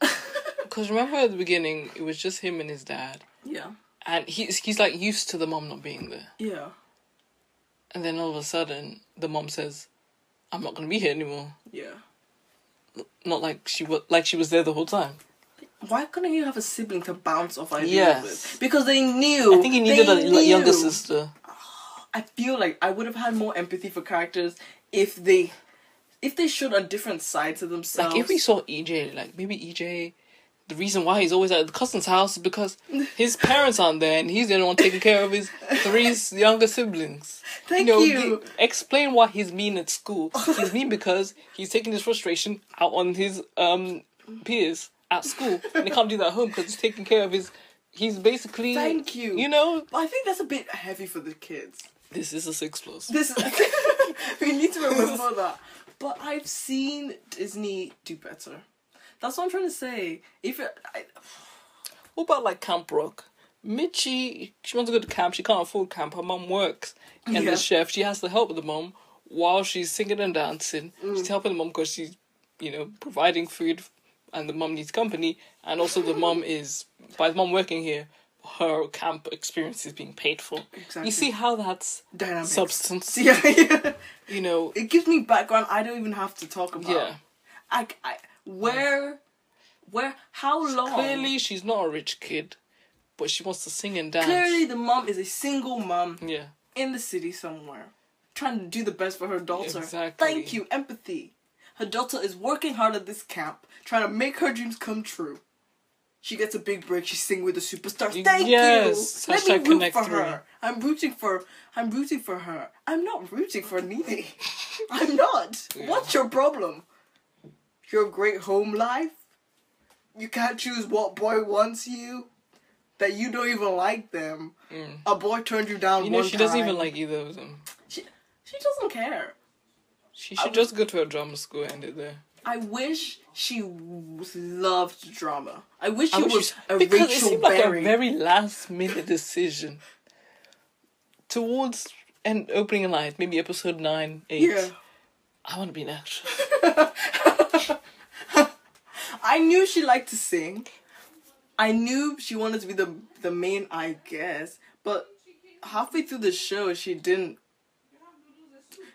S1: Because remember at the beginning, it was just him and his dad,
S3: Yeah.
S1: and he's he's like used to the mom not being there,
S3: Yeah.
S1: and then all of a sudden, the mom says, "I'm not gonna be here anymore."
S3: Yeah.
S1: Not like she was like she was there the whole time.
S3: Why couldn't you have a sibling to bounce off ideas
S1: Yes.
S3: with? Because they knew.
S1: I think he needed a
S3: they
S1: l- younger
S3: knew.
S1: sister.
S3: I feel like I would have had more empathy for characters if they if they showed a different side to themselves.
S1: Like if we saw EJ, like maybe EJ, the reason why he's always at the cousin's house is because his parents aren't there, and he's the only one taking care of his three s- younger siblings.
S3: Thank
S1: know,
S3: you.
S1: gi- explain why he's mean at school. He's mean because he's taking his frustration out on his um peers at school, and he can't do that at home because he's taking care of his. He's basically.
S3: Thank you.
S1: You know,
S3: I think that's a bit heavy for the kids.
S1: this is a six plus.
S3: This is, we need to remember that. But I've seen Disney do better. That's what I'm trying to say. If it, I,
S1: What about like Camp Rock? Mitchie, she wants to go to camp. She can't afford camp. Her mom works and
S3: Yeah.
S1: the chef. She has to help the mom while she's singing and dancing.
S3: Mm.
S1: She's helping the mom because she's, you know, providing food, and the mom needs company. And also, the mom is by the mom working here. Her camp experience is being paid for.
S3: Exactly.
S1: You see how that's
S3: Dynamics.
S1: substance.
S3: yeah, yeah.
S1: You know,
S3: it gives me background I don't even have to talk about.
S1: Yeah.
S3: I, I where, where, how long?
S1: clearly she's not a rich kid, but she wants to sing and dance.
S3: Clearly the mom is a single mom.
S1: Yeah.
S3: in the city somewhere, trying to do the best for her daughter.
S1: Exactly.
S3: Thank you, empathy. Her daughter is working hard at this camp, trying to make her dreams come true. She gets a big break. She sing with the superstars. Thank
S1: Yes,
S3: you. Let me
S1: hashtag
S3: root
S1: connect
S3: for
S1: three.
S3: her. I'm rooting for. I'm rooting for her. I'm not rooting for Nene. I'm not. What's your problem? Your great home life. You can't choose what boy wants you. That you don't even like them. A boy turned you down.
S1: Mm. You know,
S3: one
S1: she doesn't
S3: time.
S1: even like either of them.
S3: She, she doesn't care.
S1: She should just go to a drama school and end it there.
S3: I wish she w- loved drama. I wish she
S1: I wish
S3: was
S1: you-
S3: a
S1: because it
S3: Rachel
S1: seemed
S3: Berry.
S1: like a very last minute decision towards an opening night, maybe episode nine, eight.
S3: yeah.
S1: I want to be an actress.
S3: I knew she liked to sing. I knew she wanted to be the the main, I guess. But halfway through the show, she didn't.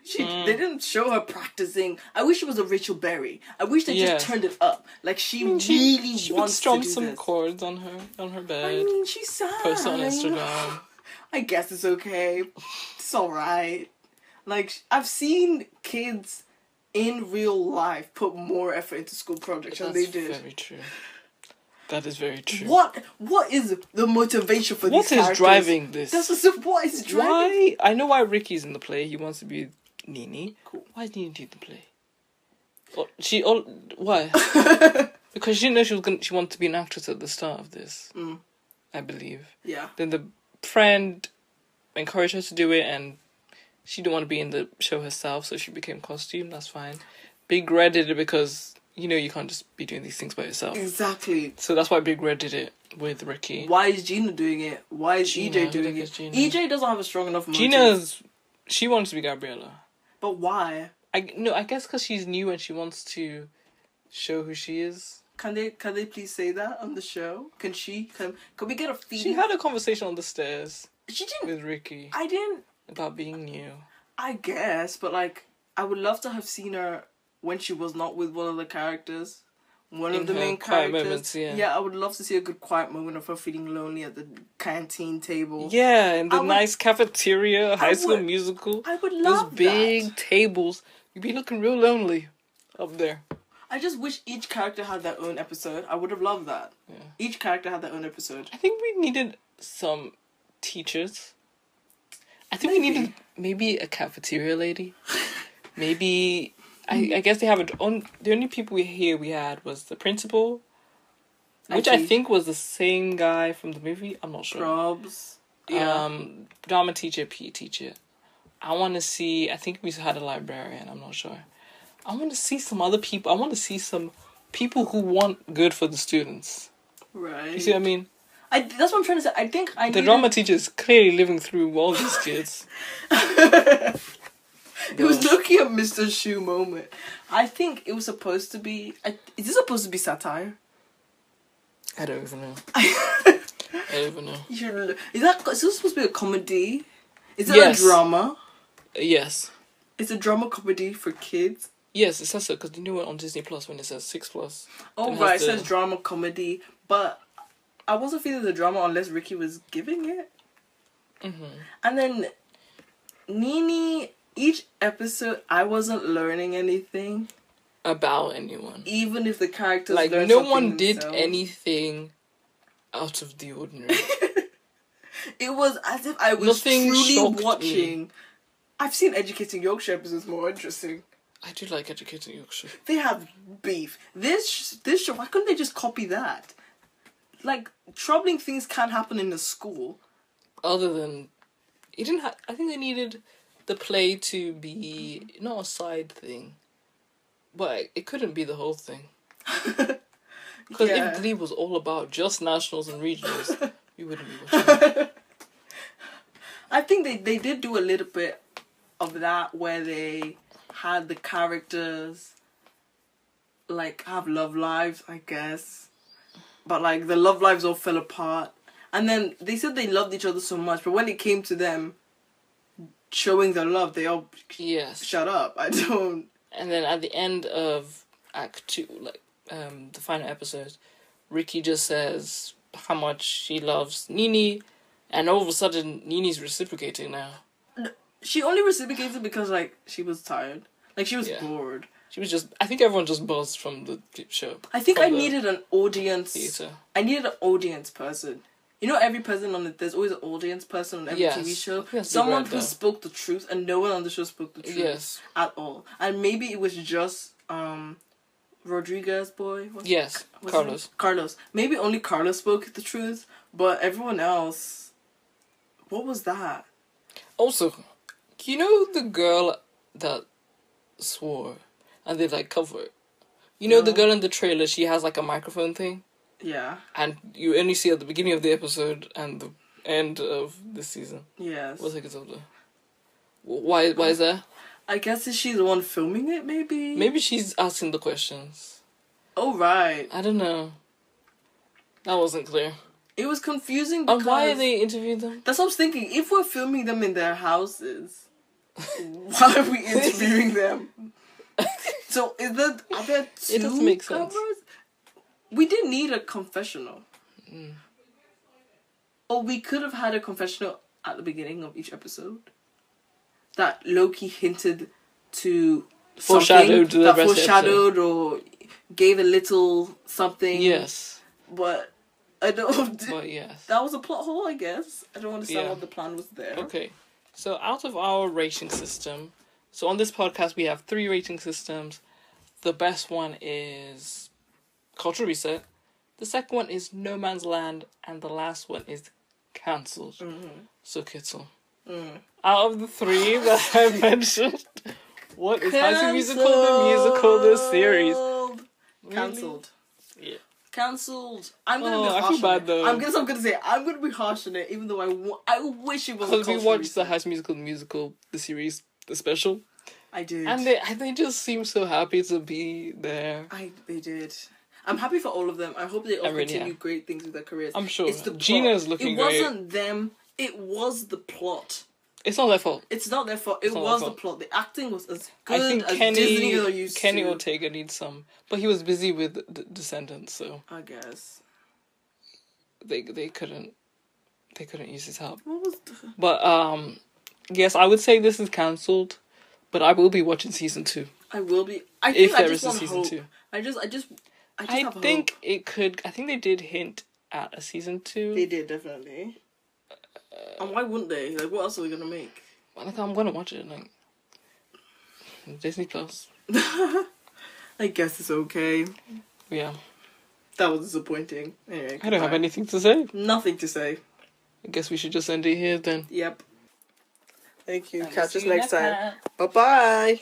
S3: She
S1: Hmm.
S3: they didn't show her practicing. I wish it was a Rachel Berry. I wish they
S1: Yes.
S3: just turned it up. Like she
S1: She-
S3: really
S1: she would
S3: wants
S1: strum
S3: to do
S1: some
S3: this.
S1: chords on her on her
S3: I
S1: bed,
S3: mean, she sang.
S1: post it on Instagram.
S3: I guess it's okay. It's alright. Like, sh- I've seen kids in real life put more effort into school projects than
S1: That's
S3: they did.
S1: very true. That is very true.
S3: What What is the motivation for
S1: What
S3: these
S1: is
S3: characters?
S1: driving this?
S3: That's just what is driving.
S1: Why? I know why Ricky's in the play. He wants to be Nini.
S3: Cool.
S1: Why did Nini do the play? Oh, she all why? because she knew she was gonna. She wanted to be an actress at the start of this.
S3: Mm.
S1: I believe.
S3: Yeah.
S1: Then the friend encouraged her to do it, and she didn't want to be in the show herself, so she became costume. That's fine. Big Red did it because you know you can't just be doing these things by yourself.
S3: Exactly.
S1: So that's why Big Red did it with Ricky.
S3: Mm. Why is Gina doing it? Why is
S1: Gina,
S3: EJ
S1: who the
S3: doing
S1: heck
S3: it?
S1: is Gina?
S3: EJ doesn't have a strong enough motive.
S1: Gina's she wants to be Gabriella.
S3: But why?
S1: I no, I guess because she's new and she wants to show who she is.
S3: Can they can they please say that on the show? Can she can can we get a feed?
S1: She had a conversation on the stairs
S3: she didn't
S1: with Ricky
S3: I didn't
S1: about being new.
S3: I guess, but like I would love to have seen her when she was not with one of the characters. One
S1: In
S3: of the
S1: her
S3: main
S1: quiet
S3: characters.
S1: moments, yeah.
S3: I would love to see a good quiet moment of her feeling lonely at the canteen table.
S1: Yeah, in the
S3: I would-
S1: nice cafeteria, High School
S3: would-
S1: Musical,
S3: I would
S1: those
S3: love
S1: big
S3: that.
S1: tables. You'd be looking real lonely up there.
S3: I just wish each character had their own episode. I would have loved that.
S1: Yeah.
S3: Each character had their own episode.
S1: I think we needed some teachers. I think we
S3: Maybe.
S1: needed maybe a cafeteria lady. maybe I, I guess they haven't. On the only people we here we had was the principal, which I
S3: IT.
S1: think was the same guy from the movie. I'm not sure.
S3: Probs.
S1: Um, drama teacher, PE teacher. I want to see. I think we had a librarian. I'm not sure. I want to see some other people. I want to see some people who want good for the students.
S3: right.
S1: You see what I mean?
S3: I, that's what I'm trying to say. I think I
S1: The
S3: needed-
S1: drama teacher is clearly living through all these kids.
S3: It was looking at Mr. Shoe moment. I think it was supposed to be. I, is this supposed to be satire?
S1: I don't even know. I don't even know.
S3: You should really- Is that is this supposed to be a comedy? Is it
S1: Yes.
S3: a drama?
S1: Yes.
S3: It's a drama comedy for kids.
S1: Yes, it says so because you know what on Disney Plus when it says six plus.
S3: Oh
S1: It has
S3: right, it
S1: the-
S3: says drama comedy, but I wasn't feeling the drama unless Ricky was giving it. And then Nini, each episode, I wasn't learning anything,
S1: about anyone.
S3: even if the characters
S1: Like
S3: learned
S1: no
S3: something
S1: one did
S3: themselves.
S1: anything out of the ordinary.
S3: It was as if I was
S1: Nothing shocked
S3: truly
S1: me.
S3: watching. I've seen Educating Yorkshire episodes more interesting.
S1: I do like educating Yorkshire.
S3: They have beef. This sh- this show. Why couldn't they just copy that? Like troubling things can happen in a school.
S1: Other than it didn't. Ha- I think they needed the play to be not a side thing, but it couldn't be the whole thing. Because
S3: Yeah.
S1: if Glee was all about just nationals and regionals, you wouldn't be watching. it.
S3: I think they they did do a little bit of that where they had the characters like have love lives, I guess. But like the love lives all fell apart. And then they said they loved each other so much, but when it came to them showing their love, they all
S1: Yes.
S3: shut up. I don't
S1: And then at the end of Act Two, like um, the final episode, Ricky just says how much she loves Nini, and all of a sudden Nini's reciprocating now.
S3: She only reciprocated because like she was tired. Like she was
S1: Yeah.
S3: bored.
S1: She was just. I think everyone just buzzed from the show.
S3: I think
S1: from
S3: I
S1: the
S3: needed an audience.
S1: theater.
S3: I needed an audience person. You know, every person on it. There's always an audience person on every
S1: Yes.
S3: TV
S1: I
S3: show.
S1: think that's Big
S3: Someone
S1: Red,
S3: who
S1: though.
S3: spoke the truth, and no one on the show spoke the truth
S1: Yes.
S3: at all. And maybe it was just um, Rodriguez boy. What's-
S1: Yes,
S3: what's his
S1: Carlos.
S3: name? Carlos. Maybe only Carlos spoke the truth, but everyone else. What was that?
S1: Also, you know the girl that swore, and they like cover. it? You know the
S3: No.
S1: girl in the trailer. She has like a microphone thing.
S3: Yeah.
S1: and you only see at the beginning of the episode and the end of the season.
S3: Yes.
S1: What's it called? though? Why? Why is that?
S3: I guess is she the one filming it? Maybe.
S1: Maybe she's asking the questions.
S3: Oh right.
S1: I don't know. That wasn't clear.
S3: It was confusing because
S1: And why are they interviewing them?
S3: That's what I was thinking. If we're filming them in their houses, why are we interviewing them? so is that are there two
S1: It doesn't make sense.
S3: cameras? We didn't need a confessional.
S1: Mm.
S3: Or we could have had a confessional at the beginning of each episode that Loki hinted to something
S1: Foreshadowed the
S3: that
S1: rest of the
S3: foreshadowed or gave a little something.
S1: Yes,
S3: But I don't
S1: but yes.
S3: that was a plot hole, I guess. I don't understand
S1: Yeah.
S3: what the plan was there.
S1: Okay, so out of our rating system, So on this podcast, we have three rating systems. The best one is Cultural Reset. The second one is No Man's Land, and the last one is Cancelled. So Kittle, out of the three that I mentioned, what is High School Musical the musical the series?
S3: Cancelled.
S1: Yeah.
S3: Cancelled. I'm gonna
S1: Oh,
S3: be
S1: I feel
S3: harsh.
S1: bad
S3: on
S1: though.
S3: It. I'm gonna. I'm gonna say it. I'm gonna be harsh on it, even though I, wa- I wish it was.
S1: Because we watched the High School Musical the musical the series the special,
S3: I did.
S1: and they and they just seem so happy to be there.
S3: I they did. I'm happy for all of them. I hope they all
S1: I really
S3: continue
S1: am.
S3: great things with their careers.
S1: I'm sure.
S3: It's the
S1: Gina
S3: plot.
S1: is looking
S3: It
S1: great.
S3: wasn't them. It was the plot.
S1: It's not their fault.
S3: It's not their fault. It
S1: not
S3: was
S1: their
S3: the plot. The acting was as good
S1: I think
S3: as
S1: Kenny
S3: Disney are used
S1: Kenny
S3: to.
S1: Ortega needs some, but he was busy with D- Descendants, so
S3: I guess.
S1: they they couldn't they couldn't use his help.
S3: What was the...
S1: But um, yes, I would say this is cancelled, but I will be watching season two.
S3: I will be. I think I
S1: there
S3: just
S1: is a
S3: want
S1: season
S3: hope.
S1: two.
S3: I just. I just. I just
S1: I,
S3: have
S1: think
S3: hope.
S1: it could. I think they did hint at a season two.
S3: they did definitely. and why wouldn't they? Like, what else are they gonna make?
S1: Like, I'm gonna watch it. Like Disney Plus.
S3: I guess it's okay.
S1: Yeah,
S3: That was disappointing. Anyway,
S1: I don't have
S3: goodbye.
S1: anything to say.
S3: Nothing to say.
S1: I guess we should just end it here then.
S3: Yep. Thank you.
S1: See you next time.
S3: Bye bye.